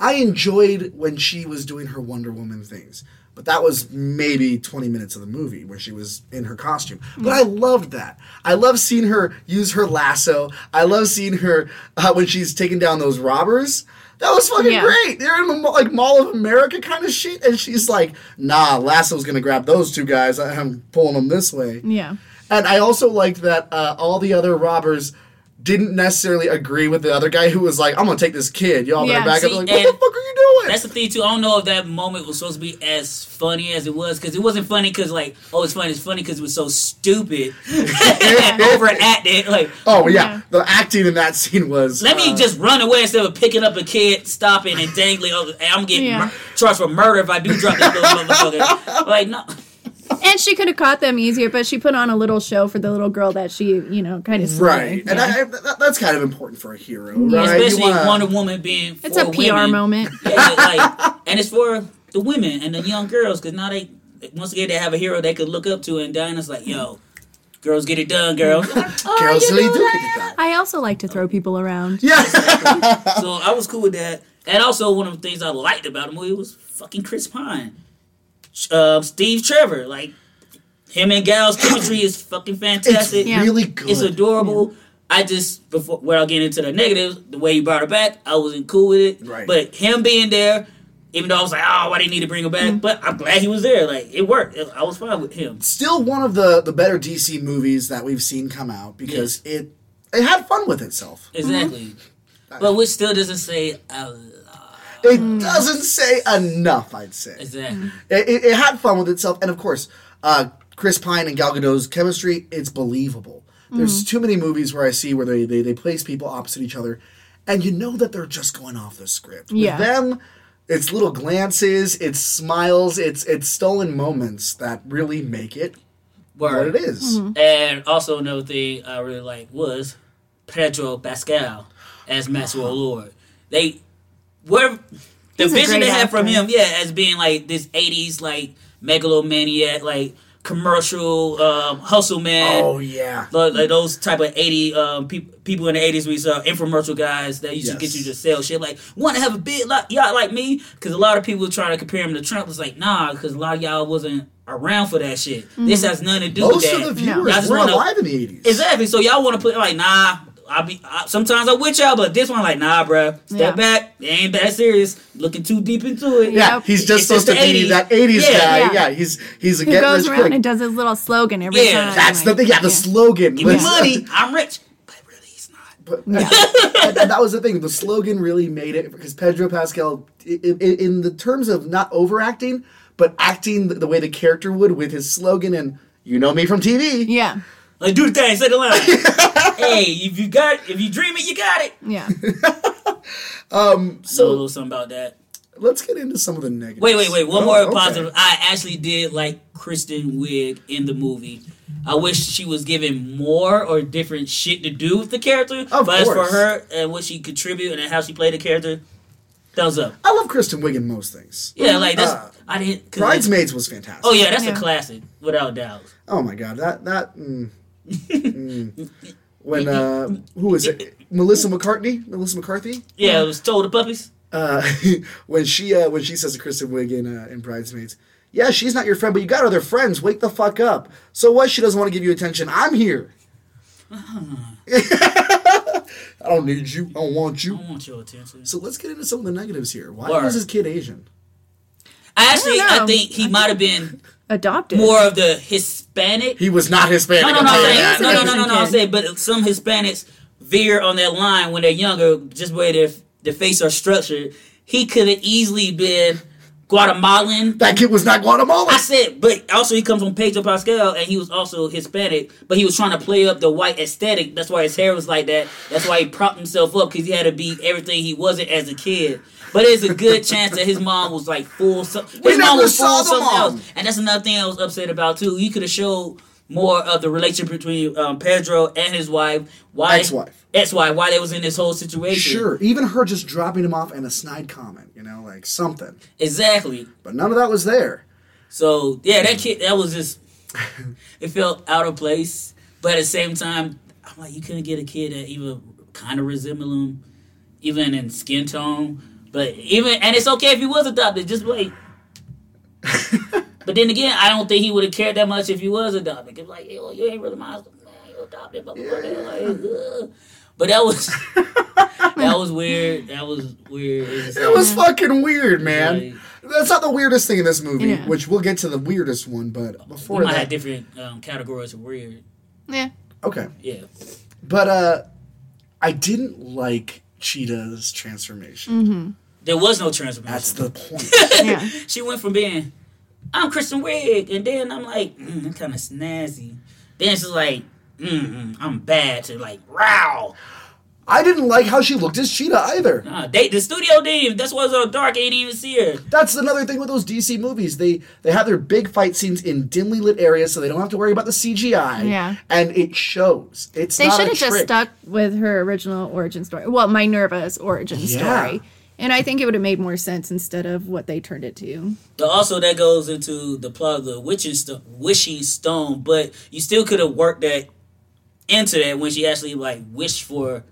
I enjoyed when she was doing her Wonder Woman things. But that was maybe 20 minutes of the movie where she was in her costume. But I loved that. I love seeing her use her lasso. I love seeing her uh, when she's taking down those robbers. That was fucking Yeah. great. They're in the ma- like Mall of America kind of shit, and she's like, "Nah, Lasso's gonna grab those two guys. I- I'm pulling them this way." Yeah. And I also liked that uh, all the other robbers didn't necessarily agree with the other guy who was like, "I'm gonna take this kid." Y'all better Yeah, back see, up. Like, what the and fuck are you doing? That's the thing too. I don't know if that moment was supposed to be as funny as it was because it wasn't funny because like oh it's funny it's funny because it was so stupid and overacted like oh yeah. Yeah. the acting in that scene was. Let me uh, just run away instead of picking up a kid, stopping and dangling. Over, and I'm getting Yeah. mur- charged for murder if I do drop this little motherfucker. Like no, And she could have caught them easier, but she put on a little show for the little girl that she, you know, kind of. Right, and Yeah. I, I, that, that's kind of important for a hero, Yeah. right? You especially wanna- Wonder Woman being for it's a PR women. moment. Yeah, like, and it's for the women and the young girls because now they once again they have a hero they could look up to, and Diana's like, yo, girls get it done, girls. Carol City do get that. I also like to throw people around. Yeah, so I was cool with that. And also one of the things I liked about the movie was fucking Chris Pine, uh, Steve Trevor, like. Him and Gal's chemistry is fucking it's fantastic. Yeah. really good. It's adorable. I just before without getting into the negatives, the way you brought her back, I wasn't cool with it. Right. But him being there, even though I was like, oh, why they need to bring her back? Mm-hmm. But I'm glad he was there. Like it worked. It- I was fine with him. Still one of the the better DC movies that we've seen come out because it it had fun with itself. Exactly. But which still doesn't say uh, a lot. It Mm. doesn't say enough, I'd say. Exactly. It, it, it had fun with itself, and of course, uh, Chris Pine and Gal Gadot's chemistry, it's believable. There's Mm. too many movies where I see where they, they, they place people opposite each other, and you know that they're just going off the script. With Yeah. them, it's little glances, it's smiles, it's it's stolen moments that really make it what Word. it Mm-hmm. is. And also another thing I really like was Pedro Pascal as Maxwell Lord. They were the He's a vision great they had from actor. him, yeah, as being like this '80s like megalomaniac, like commercial um, hustle man. Oh yeah, Like, like those type of eighty um, peop people in the eighties we saw infomercial guys that used to Yes. get you to sell shit like want to have a big lot yacht like me because a lot of people were trying to compare him to Trump was like nah because a lot of y'all wasn't around for that shit. This has nothing to do Mm-hmm. most with that. of the No. viewers I just were wanna- alive in the '80s. Exactly. So y'all want to put like nah. I be I, sometimes I'm with y'all, but this one like nah, bruh. Step Yeah. back. It ain't that serious. Looking too deep into it. Yeah, Yep. he's just It's supposed just to the be 80s. that '80s Yeah. guy. Yeah. Yeah. he's he's a Who get goes rich around quick. and does his little slogan every Yeah, time. That's the like- thing. Yeah, the slogan. Give me was- money. I'm rich, but really he's not. But that, that- that was the thing. The slogan really made it because Pedro Pascal, i- i- in, the terms of not overacting, but acting the, the way the character would with his slogan and "You know me from TV." Yeah, Like do the thing. Say the line. hey, if you got if you dream it, you got it. yeah. So a little something about that. Let's get into some of the negatives. Wait, wait, wait. One Oh, more okay. positive. I actually did like Kristen Wiig in the movie. I wish she was given more or different shit to do with the character. Of but as for course. her and what she contributed and how she played the character, thumbs up. I love Kristen Wiig in most things. Yeah, like that's Uh, I didn't. 'cause it's- Bridesmaids was fantastic. Oh yeah, that's a Yeah. classic without doubt. Oh my god, that that. Mm, mm. When uh, who is it? Melissa McCartney. Melissa McCarthy. Yeah, it was told the puppies. uh, when she uh, when she says to Kristen Wiig in, uh, in Bridesmaids, "Yeah, she's not your friend, but you got other friends. Wake the fuck up." So what? She doesn't want to give you attention. I'm here. I don't need you. I don't want I you. don't want your attention. So let's get into some of the negatives here. Why Word. is this kid Asian? I actually, don't I, know. think he might have been Adopted. more of the Hispanic. He was not Hispanic. No, no, I'll no, tell I'm you Yeah, saying, that. he's no, no, no, no, no. I'm Asian saying, but some Hispanics veer on that line when they're younger, just the way their their face are structured. He could have easily been Guatemalan. That kid was not Guatemalan. I said, but also he comes from Pedro Pascal, and he was also Hispanic, but he was trying to play up the white aesthetic. That's why his hair was like that. That's why he propped himself up because he had to be everything he wasn't as a kid. But it's a good chance that his mom was like full. So- his We mom never was saw full the something mom. else, and that's another thing I was upset about too. You could have showed more of the relationship between um, Pedro and his wife. Why Ex-wife. Ex-wife. Why they was in this whole situation? Sure, even her just dropping him off and a snide comment, you know, like something. Exactly. But none of that was there. So yeah, that kid that was just it felt out of place. But at the same time, I'm like you couldn't get a kid that even kind of resembled him, even in skin tone. But even and it's okay if he was adopted, just wait. but then again, I don't think he would have cared that much if he was adopted. 'Cause, like, yo, you ain't really my man, you adopted, but like, ugh. but that was that was weird. That was weird. It's It was Yeah. fucking weird, man. Right. That's not the weirdest thing in this movie, Yeah. which we'll get to the weirdest one, but before we might have that, different um, categories of weird. Yeah. okay. Yeah. But uh, I didn't like Cheetah's transformation. Mm. There was no transformation. That's the point. Yeah. she went from being, I'm Kristen Wiig, and then I'm like, mm, I'm kind of snazzy. Then she's like, mm, mm, I'm bad, to like, wow. I didn't like how she looked as Cheetah either. Nah, Uh, they, the studio didn't. That's why it's so dark. They didn't even see her. That's another thing with those DC movies. They they have their big fight scenes in dimly lit areas, so they don't have to worry about the CGI. Yeah. and it shows. It's They not should a have just trick. stuck with her original origin story. Well, Minerva's origin Yeah. story. And I think it would have made more sense instead of what they turned it to. But also, that goes into the plot of the witching sto- wishing stone. But you still could have worked that into that when she actually like wished for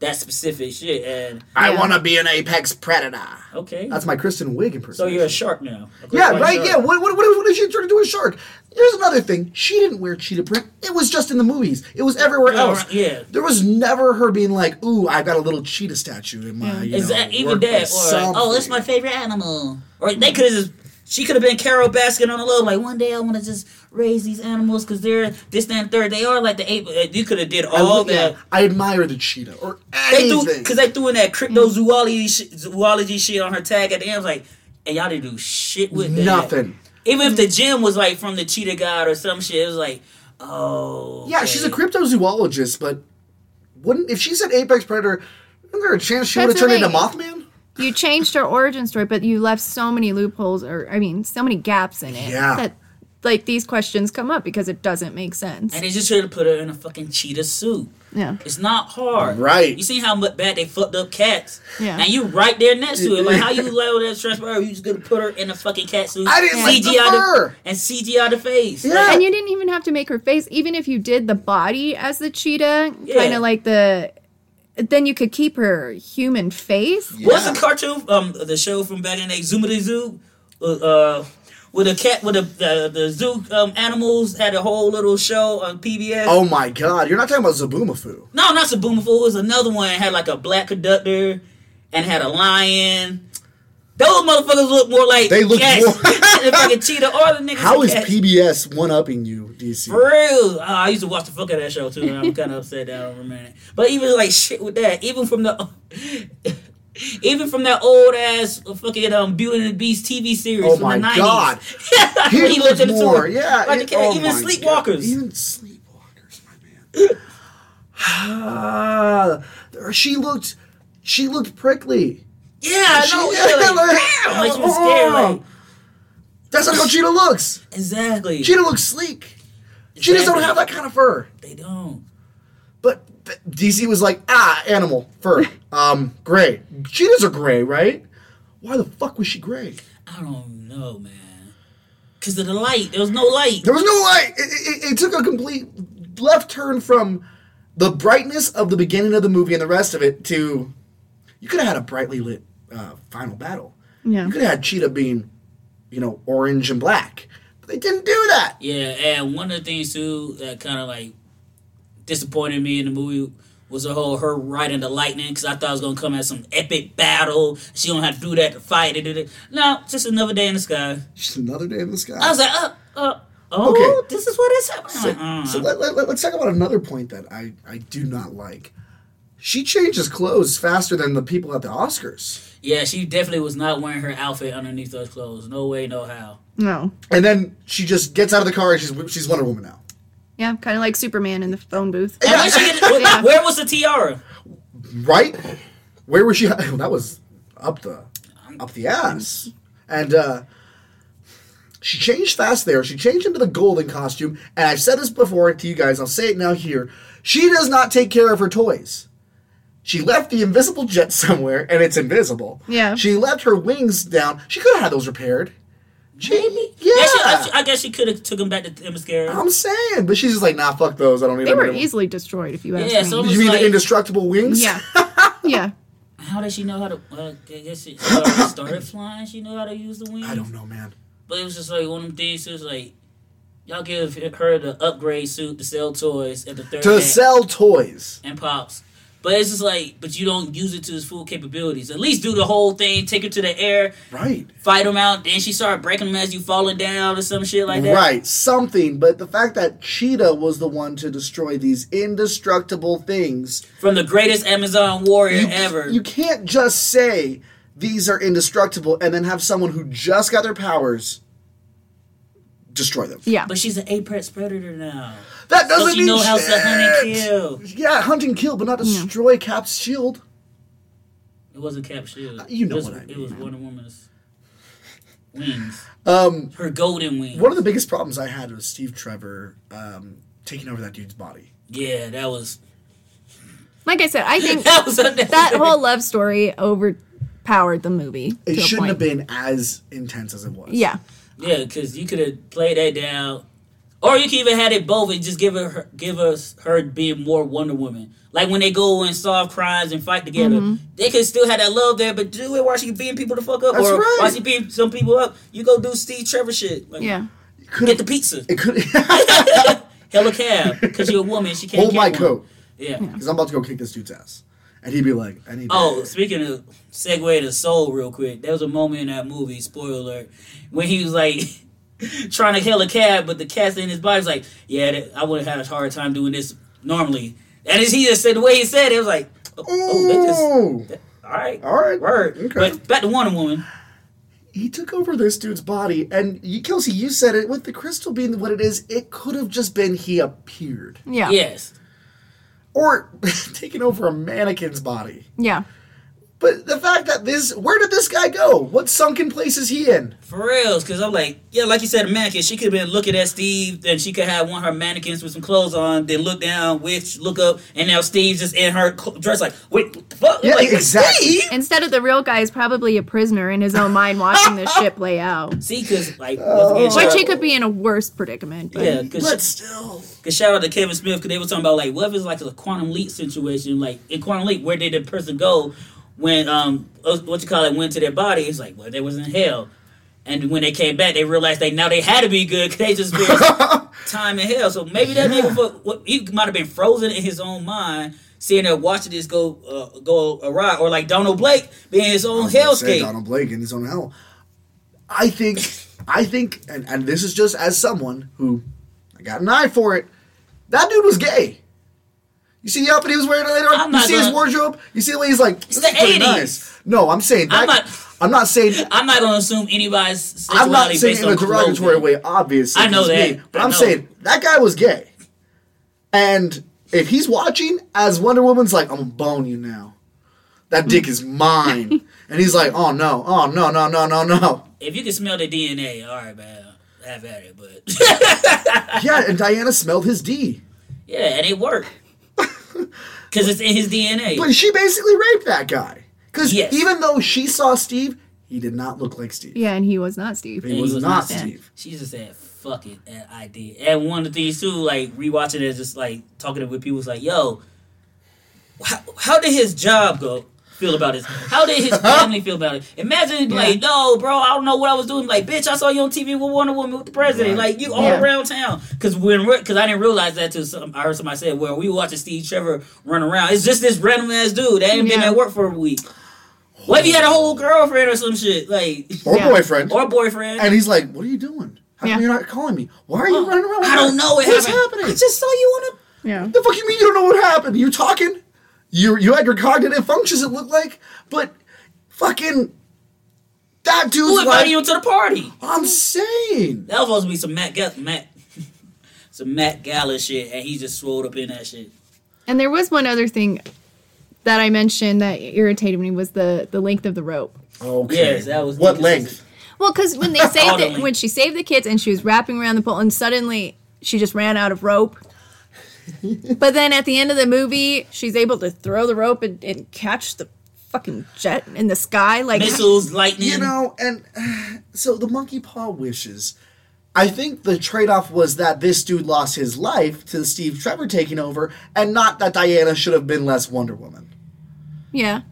that specific shit. And I Yeah. want to be an apex predator. okay, That's my Kristen Wiig impersonation. so you're a shark now. A great Yeah, white right. shark. Yeah. What, what, what, if- what if she turned into a shark? Here's another thing. She didn't wear cheetah print. It was just in the movies. It was everywhere Yeah, else. right, yeah. There was never her being like, "Ooh, I've got a little cheetah statue in my." You Is know, that even that, or workplace," oh, that's my something. favorite animal, or they could have just She could have been Carol Baskin on the low. Like one day I want to just raise these animals because they're this, that, and third. They are like the ape. uh, You could have did I all look- yeah, that. I admire the cheetah or They anything. threw because they threw in that cryptozoology sh- zoology shit on her tag at the end. I was like, and y'all didn't do shit with that. Nothing. Even if the gym was like from the cheetah god or some shit, it was like, oh. Yeah, she's a cryptozoologist, but wouldn't if she said apex predator, isn't there a chance she would have That's the turned into thing. Mothman? You changed her origin story, but you left so many loopholes, or I mean, so many gaps in it Yeah. that like these questions come up because it doesn't make sense. And they just tried to put her in a fucking cheetah suit. Yeah, It's not hard. Right. You see how much bad they fucked up cats. Yeah. And you right there next to it. Like how you label that transfer, you just gonna put her in a fucking cat suit. I didn't like the fur. and CGI the face. Yeah. Like, and you didn't even have to make her face. Even if you did the body as the cheetah, Yeah. kind of like the, then you could keep her human face. What's the cartoon um the show from back in the day, Zoomity Zoo? Uh, uh with a cat with a the, the zoo um animals had a whole little show on PBS. Oh my god, you're not talking about Zaboomafoo. No, not Saboomafool. It was another one. It had like a black conductor and had a lion. Those motherfuckers look more like They look cats more- than fucking cheetah or the niggas. How with is cats. PBS one upping you, DC? For real. Oh, I used to watch the fuck out of that show too, and I'm kind of upset that I don't remember it. But even like shit with that, even from the. Even from that old ass fucking um, Beauty and the Beast TV series Oh from my the 90s. God. When He looks looked in the more, sewer. yeah. Like it- the oh cat, even my Sleepwalkers. God. Even Sleepwalkers, my man. Ah, there- she looked, she looked prickly. yeah, I She- know. Yeah, like, damn, like, she uh-uh. was scared. Like, That's not how cheetah looks. exactly. Cheetah looks sleek. Cheetahs don't Exactly. have that kind of fur. They don't. But but DC was like, ah, animal fur. Um, gray. Cheetahs are gray, right? Why the fuck was she gray? I don't know, man. Cause of the light. There was no light. There was no light. It, it, it took a complete left turn from the brightness of the beginning of the movie and the rest of it to you could have had a brightly lit uh, final battle. Yeah. You could have had Cheetah being, you know, orange and black. But they didn't do that. Yeah, and one of the things too that kind of like disappointed me in the movie was the whole her riding the lightning because I thought it was gonna come at some epic battle. She don't have to do that to fight it. No, just another day in the sky. Just another day in the sky. I was like, oh, oh, oh Okay. this is what is happening. I'm like, So uh, let, let, us talk about another point that I, I do not like. She changes clothes faster than the people at the Oscars. yeah, she definitely was not wearing her outfit underneath those clothes. No way, no how. No, And then she just gets out of the car and she's, she's Wonder Woman now. yeah, kind of like Superman in the phone booth. And when she get- Yeah. where was the tiara? Right? Where was she? Well, that was up the up the ass. And uh, she changed fast there. She changed into the golden costume. And I've said this before to you guys. I'll say it now here. She does not take care of her toys. She left the invisible jet somewhere, and it's invisible. Yeah. She left her wings down. She could have had those repaired. She, Yeah. she, I, I guess she could have took him back to Themyscira. I'm saying, but she's just like, nah, fuck those. I don't need They them were anymore. easily destroyed, if you ask Yeah, me. so You mean Like- the indestructible wings? yeah, yeah. How does she know how to? Well, I guess she already started flying. She knew how to use the wings. I don't know, man. But it was just like one of them things. It was like y'all give her the upgrade suit to sell toys at the third To act sell toys. and pops. But it's just like, but you don't use it to its full capabilities. At least do the whole thing. Take her to the air, Right. fight them out. Then she started breaking them as you falling down or some shit like that. Right, something, but the fact that Cheetah was the one to destroy these indestructible things, From the greatest Amazon warrior you, ever. you can't just say these are indestructible and then have someone who just got their powers destroy them. Yeah. but she's an apex predator now. That doesn't So she mean knows how to shit. hunt and kill. Yeah, hunt and kill, but not destroy Cap's shield. It wasn't Cap Shield. Uh, you know it was, what I It was mean. Wonder Woman's wings. Um, Her golden wings. one of the biggest problems I had was Steve Trevor um, taking over that dude's body. Yeah, that was Like I said, I think that was that whole love story overpowered the movie. to It a shouldn't point. have been as intense as it was. Yeah. Yeah, because you could have played that down, or you could even had it both and just give her, her give us her being more Wonder Woman. Like when they go and solve crimes and fight together, Mm-hmm. they could still have that love there, but do it while she beating people the fuck up, That's or right. while she beating some people up, you go do Steve Trevor shit. Like, Yeah. Could get the have, pizza, it could hell a cab, because you're a woman, she can't hold get my one. coat. Yeah, because I'm about to go kick this dude's ass. and he'd be like, I need Oh, that. speaking of segue to Soul real quick, there was a moment in that movie, spoiler alert, when he was like trying to hail a cab, but the cat's in his body was like, Yeah, that, I would have had a hard time doing this normally. And as he just said the way he said it, it was like, Oh, oh that just Ooh. all right. All right. Word. Okay. But back to Wonder Woman. he took over this dude's body, and you, Kelsey, you said it with the crystal being what it is. It could have just been he appeared Yeah. Yeah. Yes. or taken over a mannequin's body. Yeah. But the fact that this, where did this guy go? What sunken place is he in? For reals, because I'm like, yeah, like you said, a mannequin. She could have been looking at Steve, and she could have one of her mannequins with some clothes on. Then look down, which look up, and now Steve's just in her cl- dress, like, wait, what the fuck? Yeah, Like, exactly. Steve? Instead of the real guy is probably a prisoner in his own mind watching this shit play out. See, because like, once again, Which shout he out, could be in a worse predicament. But yeah, But because still, shout out to Kevin Smith because they were talking about like, what if it's like a quantum leap situation? Like in quantum leap, where did the person go when um uh, what you call it went to their body? It's like, well, they was in hell, and when they came back, they realized they now they had to be good because they just been time in hell. So maybe that nigga for, what, he might have been frozen in his own mind. Seeing her watching this go uh, go awry, or like Donald Blake being in his own Said hellscape. Donald Blake in his own hell. I think, I think, and, and this is just as someone who I got an eye for it. That dude was gay. You see the outfit he was wearing later I'm on. You not see his gonna- wardrobe. You see the way he's like. This the is pretty 80s. nice. No, I'm saying that, I'm not- I'm not saying. I'm not gonna assume anybody's sexuality I'm not saying based in a on derogatory clothing. way, obviously. I know 'cause it's that. but I I'm know. saying that guy was gay. And if he's watching, as Wonder Woman's like, I'm gonna bone you now. That dick is mine. and he's like, oh no, oh no, no, no, no, no. If you can smell the DNA, all right, man, have at it. But Yeah, and Diana smelled his D. yeah, and it worked because it's in his DNA. But she basically raped that guy. Because Yes. even though she saw Steve, he did not look like Steve. yeah, and he was not Steve. He And was, he was not not Steve. she just said, "Fuck it," and I did. And one of the things too, like rewatching it, just like talking to with people, was like, "Yo, how, how did his job go?" Feel about this? How did his family feel about it? Imagine like, no, bro, I don't know what I was doing. Like, bitch, I saw you on TV with Wonder Woman with the president. Right. Like, you all Yeah. around town. Because when because I didn't realize that till some, I heard somebody say, well, we watching Steve Trevor run around. It's just this random ass dude that ain't been Yeah. at work for a week. What if he had a whole girlfriend or some shit like, Or Yeah. boyfriend. or boyfriend? and he's like, what are you doing? How Yeah. come you're not calling me? Why are you running around? with Oh, I don't her? know. It What's happened. happening? I just saw you on a. Yeah. The fuck you mean you don't know what happened? You talking? You you had your cognitive functions. It looked like, but fucking that Who dude's invited like. you to the party? I'm saying That was supposed to be some Matt Gall- Matt, some Matt Gala shit, and he just rolled up in that shit. And there was one other thing that I mentioned that irritated me was the the length of the rope. okay. Yes, that was what inconsistent. length. Well, because when they saved the it, length. when she saved the kids and she was wrapping around the pole, and suddenly she just ran out of rope. but then at the end of the movie, she's able to throw the rope and, and catch the fucking jet in the sky. Like, Missiles, lightning. You know, and so the monkey paw wishes. I think the trade off was that this dude lost his life to Steve Trevor taking over, and not that Diana should have been less Wonder Woman. yeah.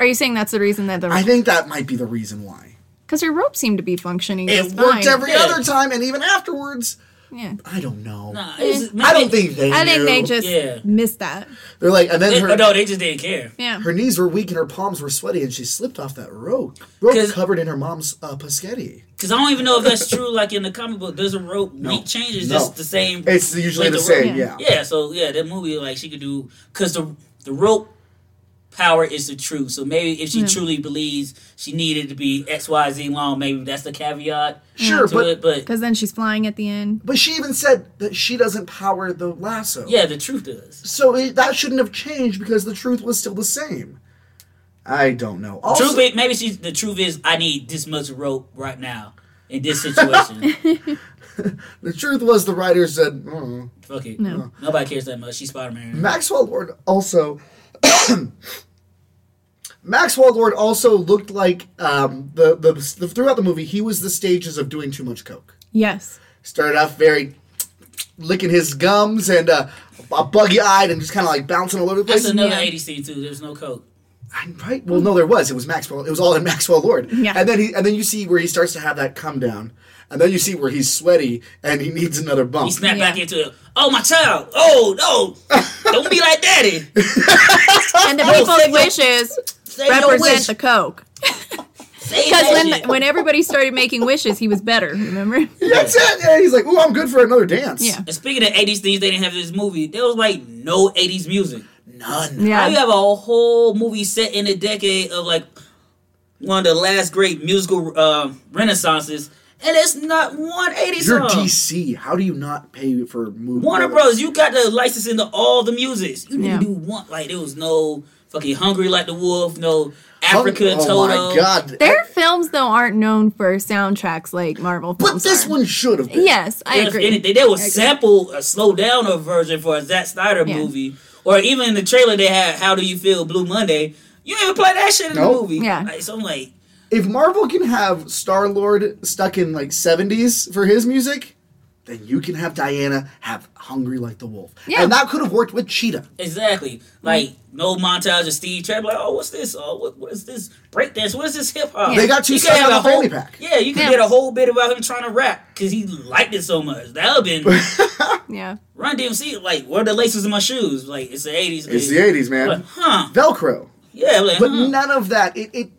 Are you saying that's the reason that I the think that might be the reason why. because her rope seemed to be functioning? It just worked fine. every Yeah. other time, and even afterwards. Yeah. I don't know. Nah, it was- eh. I don't think they. I think knew. they just Yeah. missed that. They're like, and They, then her, no, they just didn't care. Yeah. her knees were weak and her palms were sweaty, and she slipped off that rope, rope 'Cause- covered in her mom's uh, paschetti. Cause I don't even know if that's true. Like in the comic book, there's a rope. Weak change is No. just the same. It's usually Like the the rope. same, yeah. Yeah, so yeah, that movie like she could do because the the rope power is the truth. So maybe if she truly believes she needed to be X Y Z long, maybe that's the caveat Sure, to but it. But Because then she's flying at the end. but she even said that she doesn't power the lasso. yeah, the truth does. So it, that shouldn't have changed because the truth was still the same. I don't know. Also, truth, is, maybe she's the truth is I need this much rope right now in this situation. the truth was the writer said. "Mm." Fuck it, no. nobody cares that much. She's Spider Man. Maxwell Lord also. Maxwell Lord also looked like um, the, the the throughout the movie he was the stages of doing too much coke. Yes. started off very licking his gums and uh, buggy eyed and just kind of like bouncing all over the That's place. another Yeah. eighty scene too. There's no coke. Right? Well, no, there was. It was Maxwell. It was all in Maxwell Lord. Yeah. And then he, and then you see where he starts to have that come down, and then you see where he's sweaty and he needs another bump. He snapped Yeah. back into it. Oh my child. Oh no, don't be like daddy. and the people's wishes Say your represent wish. the Coke. Say Because that when shit. when everybody started making wishes, he was better. Remember? That's it. Yeah, he's like, ooh, I'm good for another dance. Yeah. And speaking of 80s things they didn't have in this movie, there was like no 80s music. None. How you Yeah. have a whole movie set in a decade of like one of the last great musical um, renaissances, and it's not one 80s You're song. DC. How do you not pay for movie? Warner Bros. You got the licensing to all the musics. You Yeah. didn't do one like there was no fucking hungry like the wolf, no Africa Oh Toto. my god. Their films though aren't known for soundtracks like Marvel films. but this are. one should have been. Yes, I If agree. anything, they would I agree. sample a slow down a version for a Zack Snyder Yeah. movie, or even in the trailer they had "How Do You Feel Blue Monday." You didn't even play that shit in the Nope. movie. Yeah. Like, so I'm like, If Marvel can have Star Lord stuck in like 70s for his music, then you can have Diana have Hungry Like the Wolf. Yeah. And that could have worked with Cheetah. exactly, like no montage of Steve Trevor. Like, oh, what's this? Oh, what, what is this breakdance? What is this hip hop? They got too You could stuck have on a the whole- fanny pack. Yeah, you could Yeah. get a whole bit about him trying to rap because he liked it so much. That would have been yeah. Run DMC. Like, where are the laces in my shoes? Like, it's the '80s. It's the 80s, man. Like, huh? Velcro. Yeah. Like, But huh. none of that. It, it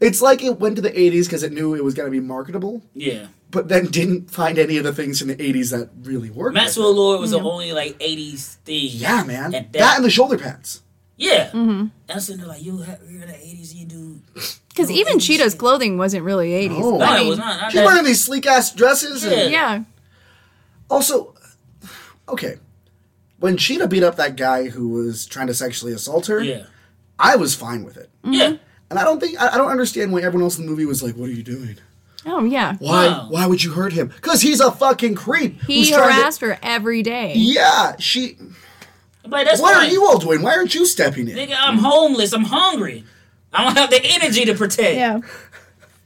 it's like it went to the 80s because it knew it was going to be marketable, yeah. but then didn't find any of the things in the 80s that really worked. Maxwell Lord was the only like '80s thing. Yeah, man. And That, that- and the shoulder pads. Yeah. Mm-hmm. And so they're like, you, ha- you're in the '80s, you do. Because even Cheetah's clothing wasn't really 80s. No. No, I it mean, was not. not She's that- wearing these sleek ass dresses. Yeah. And Yeah. also, okay, when Cheetah beat up that guy who was trying to sexually assault her, yeah. I was fine with it. Yeah. And I don't think I, I don't understand why everyone else in the movie was like, "What are you doing? Oh, yeah. Why? Wow. Why would you hurt him? Because he's a fucking creep." He trying to- harassed her every day. yeah, she. I'm like, that's What are fine. you all doing? Why aren't you stepping in? Nigga, I'm homeless. I'm hungry. I don't have the energy to protect. Yeah.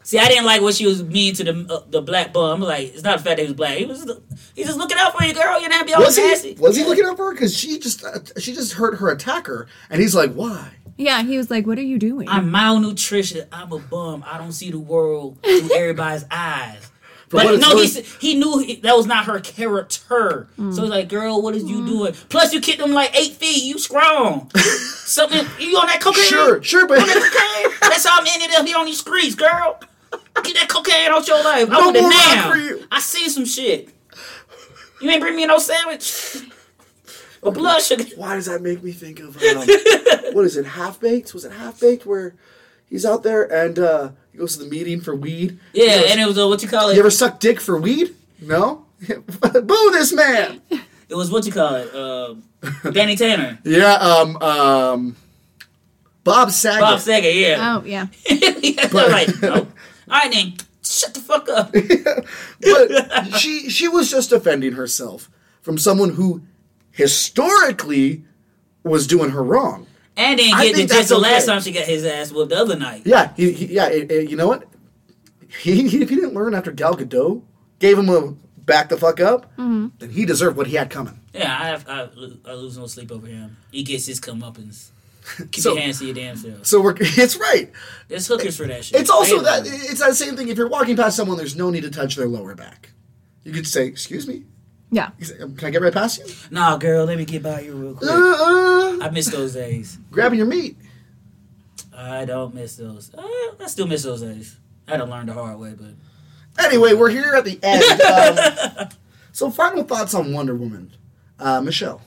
See, I didn't like what she was mean to the uh, the black bum. I'm like, it's not the fact that he was black. He was he's just looking out for you, girl. You're not be all Was nasty. he? Was he looking up for her? Because she just uh, she just hurt her attacker, and he's like, "Why?" Yeah. He was like, What are you doing? I'm malnutrition. I'm a bum. I don't see the world through everybody's eyes. But, what it's no, he, worth- s- he knew he, that was not her character. So he's like, "Girl, what is you Mm. doing?" Plus, you kicked him like eight feet. You strong. Something you on that cocaine? Sure, sure, but Cocaine? That's how I'm ended up here on these streets, girl. Get that cocaine out your life. I No want it more rock now. for you. I see some shit. You ain't bring me no sandwich or blood sugar. why does that make me think of um, what is it half baked was it half baked where he's out there and uh he goes to the meeting for weed Yeah, and it was uh, what you call it. you ever suck dick for weed no boo this man It was what you call it, um, Danny Tanner, yeah um um bob saget Bob Saget. Yeah, oh, yeah. yeah they're like, no. all right then, shut the fuck up. but she she was just defending herself from someone who historically was doing her wrong And then I get the think just that's the last okay. time she got his ass whooped the other night. yeah he, he- yeah it- it- you know what he, he if he didn't learn after gal gadot gave him a back the fuck up then he deserved what he had coming Yeah, I, have, I, lo- I lose no sleep over him. He gets his comeuppance. Keep So- your hands to your damn self. So we're it's right. There's hookers for that shit. It's also They- that it's that same thing. If you're walking past someone, there's no need to touch their lower back. You could say, "Excuse me, Yeah. He's like, can I get right past you?" Nah, girl, let me get by you real quick. Uh, uh, I miss those days. grabbing your meat. I don't miss those. Uh, I still miss those days. I had to learn the hard way, but Anyway, we're here at the end. Um, so, final thoughts on Wonder Woman, uh, Michelle.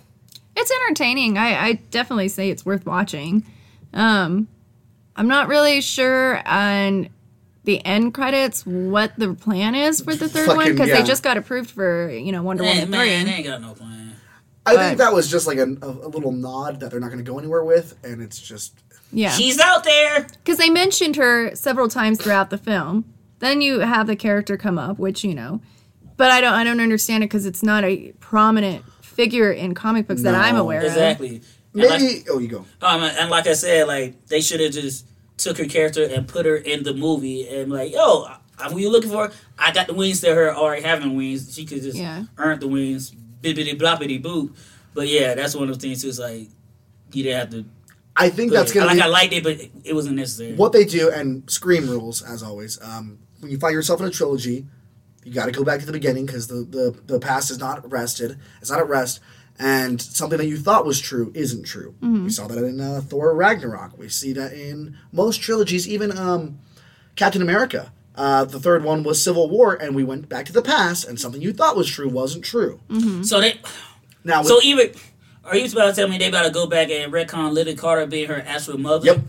It's entertaining. I, I definitely say it's worth watching. Um, I'm not really sure on the end credits what the plan is for the third one Fucking- because yeah. they just got approved for, you know, Wonder man, Woman 3. man, they ain't got no plan. I Right. think that was just like a, a, a little nod that they're not going to go anywhere with, and it's just yeah. She's out there. because they mentioned her several times throughout the film. Then you have the character come up, which you know, but I don't I don't understand it because it's not a prominent figure in comic books that I'm No, aware of. Exactly. And like- maybe. Oh, you go. Um, and like I said, like they should have just took her character and put her in the movie and like, yo, I, who you looking for? I got the wings to her already having wings. She could just Yeah. earn the wings, bibbity bloppity boop. But yeah, that's one of those things too. It's like you didn't have to. I think put that's it- going to like be I liked it, but it, it wasn't necessary. what they do and scream rules as always um, when you find yourself in a trilogy you got to go back to the beginning because the, the, the past is not rested it's not at rest and something that you thought was true isn't true. We saw that in uh, Thor Ragnarok. We see that in most trilogies, even um, Captain America. Uh, the third one was Civil War, and we went back to the past, and something you thought was true wasn't true. So they, Now, with, so even are you about to tell me they about to go back and retcon Lily Carter being her actual mother? Yep.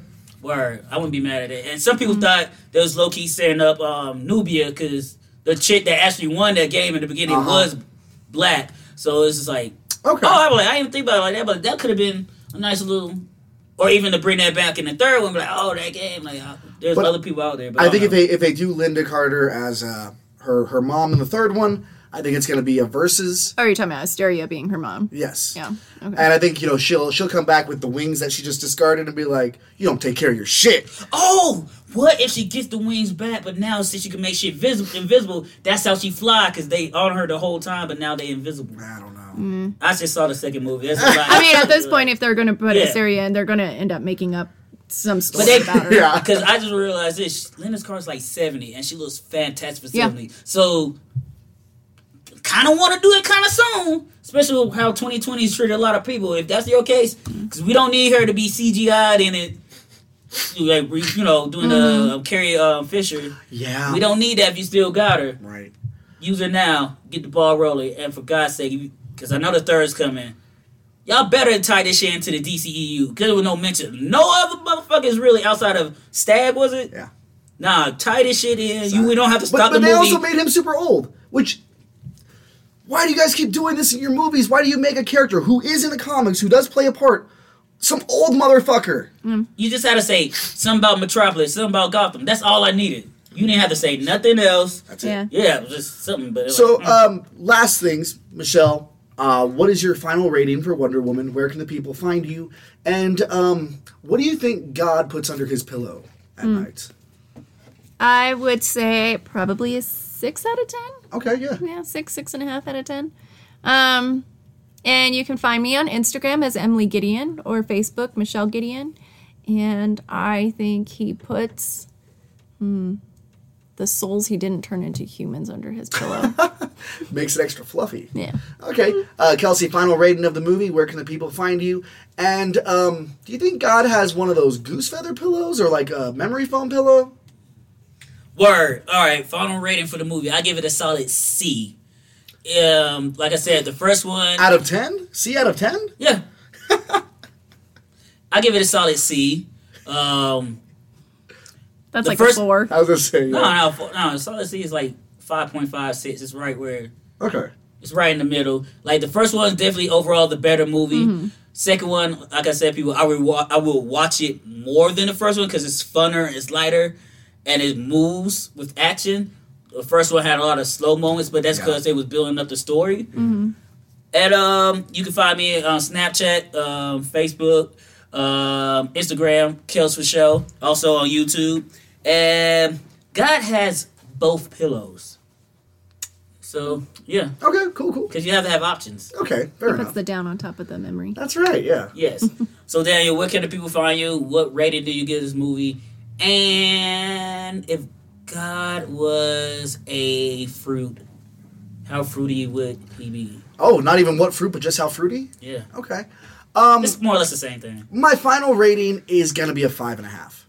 Word, I wouldn't be mad at it. And some people thought they was low key setting up um, Nubia because the chick that actually won that game in the beginning Uh-huh. was black. So it's just like, okay, oh, I'm like, I didn't think about it like that, but that could have been a nice little, or even to bring that back in the third one, be like, oh, that game, like, uh, there's But other people out there. But I think don't if know. they if they do Linda Carter as uh, her her mom in the third one, I think it's going to be a versus. Oh, you're talking about Asteria being her mom. Yes. Yeah. Okay. And I think you know she'll she'll come back with the wings that she just discarded and be like, "You don't take care of your shit." Oh, what if she gets the wings back, but now since she can make shit visible, invisible, that's how she fly because they on her the whole time, but now they invisible. I don't know. I just saw the second movie. That's a lot. I mean, at this point, if they're going to put Yeah. Asteria in, they're going to end up making up some But story they- about her. Yeah. because I just realized this. Linda's car's like seventy, and she looks fantastic for Yeah. seventy. So, kind of want to do it kind of soon, especially with how twenty twenty treated a lot of people. If that's your case, because we don't need her to be CGI'd in it. Like we- you know, doing Mm-hmm. the uh, Carrie uh, Fisher, Yeah. we don't need that. If you still got her, Right. use her now. Get the ball rolling. And for God's sake, because I know the third's coming. Y'all better tie this shit into the E DCEU. Because there was no mention. No other motherfuckers really outside of Stab, was it? Yeah. Nah, tie this shit in. You, we don't have to But, stop but the they movie. also made him super old, which. Why do you guys keep doing this in your movies? Why do you make a character who is in the comics, who does play a part, some old motherfucker? you just had to say something about Metropolis, something about Gotham. That's all I needed. You didn't have to say nothing else. That's Yeah. Yeah, it was just something. But it was So, like, mm. um, last things, Michelle. Uh, what is your final rating for Wonder Woman? Where can the people find you? And um, what do you think God puts under his pillow at Hmm. night? I would say probably a six out of ten. Okay, yeah. yeah, six, six and a half out of ten. Um, and you can find me on Instagram as Emily Gideon or Facebook Michelle Gideon. And I think he puts hmm, the souls he didn't turn into humans under his pillow. Makes it extra fluffy. yeah. Okay, uh, Kelsey, final rating of the movie. Where can the people find you? And um, do you think God has one of those goose feather pillows or like a memory foam pillow? Word. All right. Final rating for the movie. I give it a solid C. Um, like I said, the first one. Out of ten? C out of ten? Yeah. I give it a solid C. Um, That's The like first- a four. I was gonna say. no, Yeah. no, fo- no. Solid C is like five point five six. It's right where Okay. it's right in the middle. Like the first one is definitely overall the better movie. Second one, like I said, people, I will wa- I will watch it more than the first one because it's funner, it's lighter, and it moves with action. The first one had a lot of slow moments, but that's Yeah. because they was building up the story. Mm-hmm. And um, you can find me on Snapchat, um, Facebook, um, Instagram, Kels for Show, also on YouTube. And God has both pillows. So yeah, Okay. Cool. Cool. because you have to have options. Okay. Fair Puts enough. the down on top of the memory. That's right. Yeah. Yes. so Daniel, where can the people find you? What rating do you give this movie? And if God was a fruit, how fruity would he be? Oh, not even what fruit, but just how fruity. Yeah, Okay. it's more or less the same thing. My final rating is gonna be a five and a half.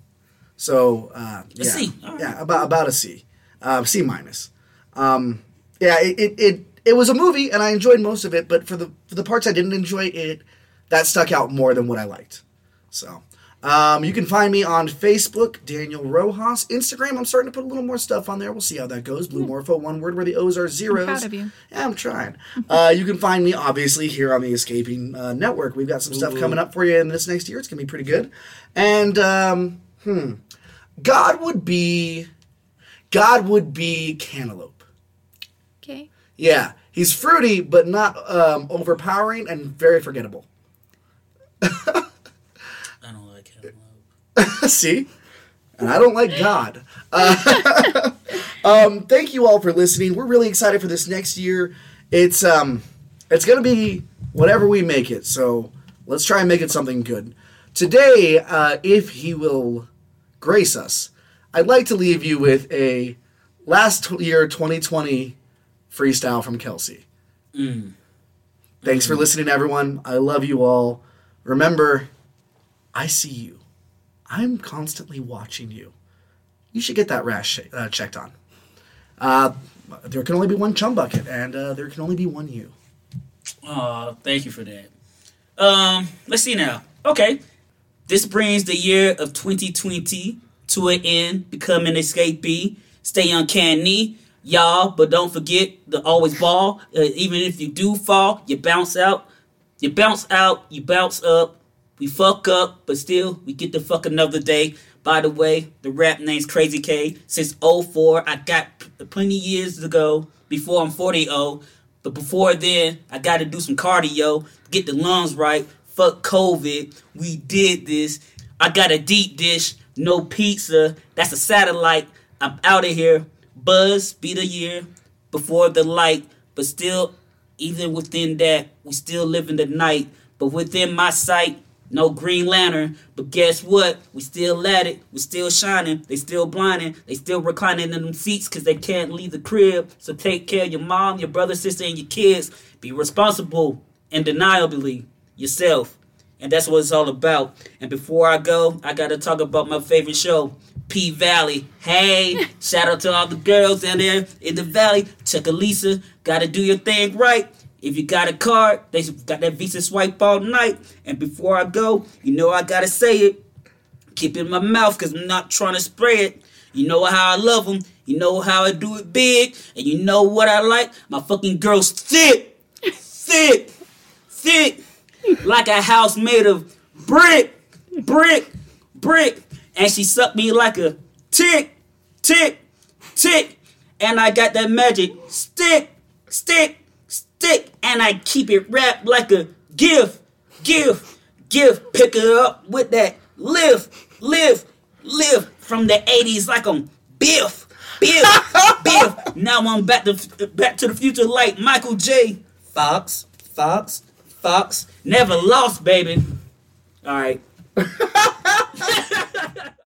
So uh, yeah, C, all right. yeah, about about a C, uh, C minus. Um, yeah, it, it it it was a movie, and I enjoyed most of it. But for the for the parts I didn't enjoy, it that stuck out more than what I liked. So. Um, you can find me on Facebook, Daniel Rojas. Instagram, I'm starting to put a little more stuff on there. We'll see how that goes. Blue Morpho, one word where the O's are zeros. Hmm. proud of you. Yeah, I'm trying. uh, you can find me obviously here on the Escaping uh, Network. We've got some stuff coming up for you in this next year. It's gonna be pretty good. And um, hmm, God would be, God would be cantaloupe. Okay. Yeah, he's fruity but not um, overpowering and very forgettable. I don't like him. See? And I don't like God. Uh, um, thank you all for listening. We're really excited for this next year. It's um, it's gonna be whatever we make it. So let's try and make it something good. Today, uh, if He will grace us, I'd like to leave you with a last t- year 2020 freestyle from Kelsey. Thanks for listening, everyone. I love you all. Remember, I see you. I'm constantly watching you. You should get that rash sh- uh, checked on. Uh, there can only be one chum bucket, and uh, there can only be one you. Aw, thank you for that. Um, let's see now. Okay. This brings the year of 2020 to an end, becoming escapee. Stay uncanny, y'all, but don't forget the always ball. Uh, even if you do fall, you bounce out. You bounce out, you bounce up. We fuck up, but still, we get to fuck another day. By the way, the rap name's Crazy K. Since 04, I got p- plenty years to go before I'm oh. 40 But before then, I got to do some cardio, get the lungs right, fuck COVID. We did this. I got a deep dish, no pizza. That's a satellite. I'm out of here. Buzz be the year before the light, but still, even within that, we still live in the night. But within my sight, no Green Lantern. But guess what? We still at it. We still shining. They still blinding. They still reclining in them seats because they can't leave the crib. So take care of your mom, your brother, sister, and your kids. Be responsible, undeniably, yourself. And that's what it's all about. And before I go, I gotta talk about my favorite show, P Valley. Hey, shout out to all the girls down there in the valley. Check Lisa, gotta do your thing right. If you got a card, they got that Visa swipe all night. And before I go, you know I gotta say it keep it in my mouth because I'm not trying to spray it. You know how I love them. You know how I do it big. And you know what I like? My fucking girl's thick, thick, thick, like a house made of brick, brick, brick. And she sucked me like a tick, tick, tick. And I got that magic stick, stick, stick. And I keep it wrapped like a gift, gift, gift. Pick it up with that lift, lift, lift from the 80s like I'm Biff, Biff, Biff. Now I'm back to back to the future like Michael J. Fox, Fox, Fox. Never lost, baby. All right.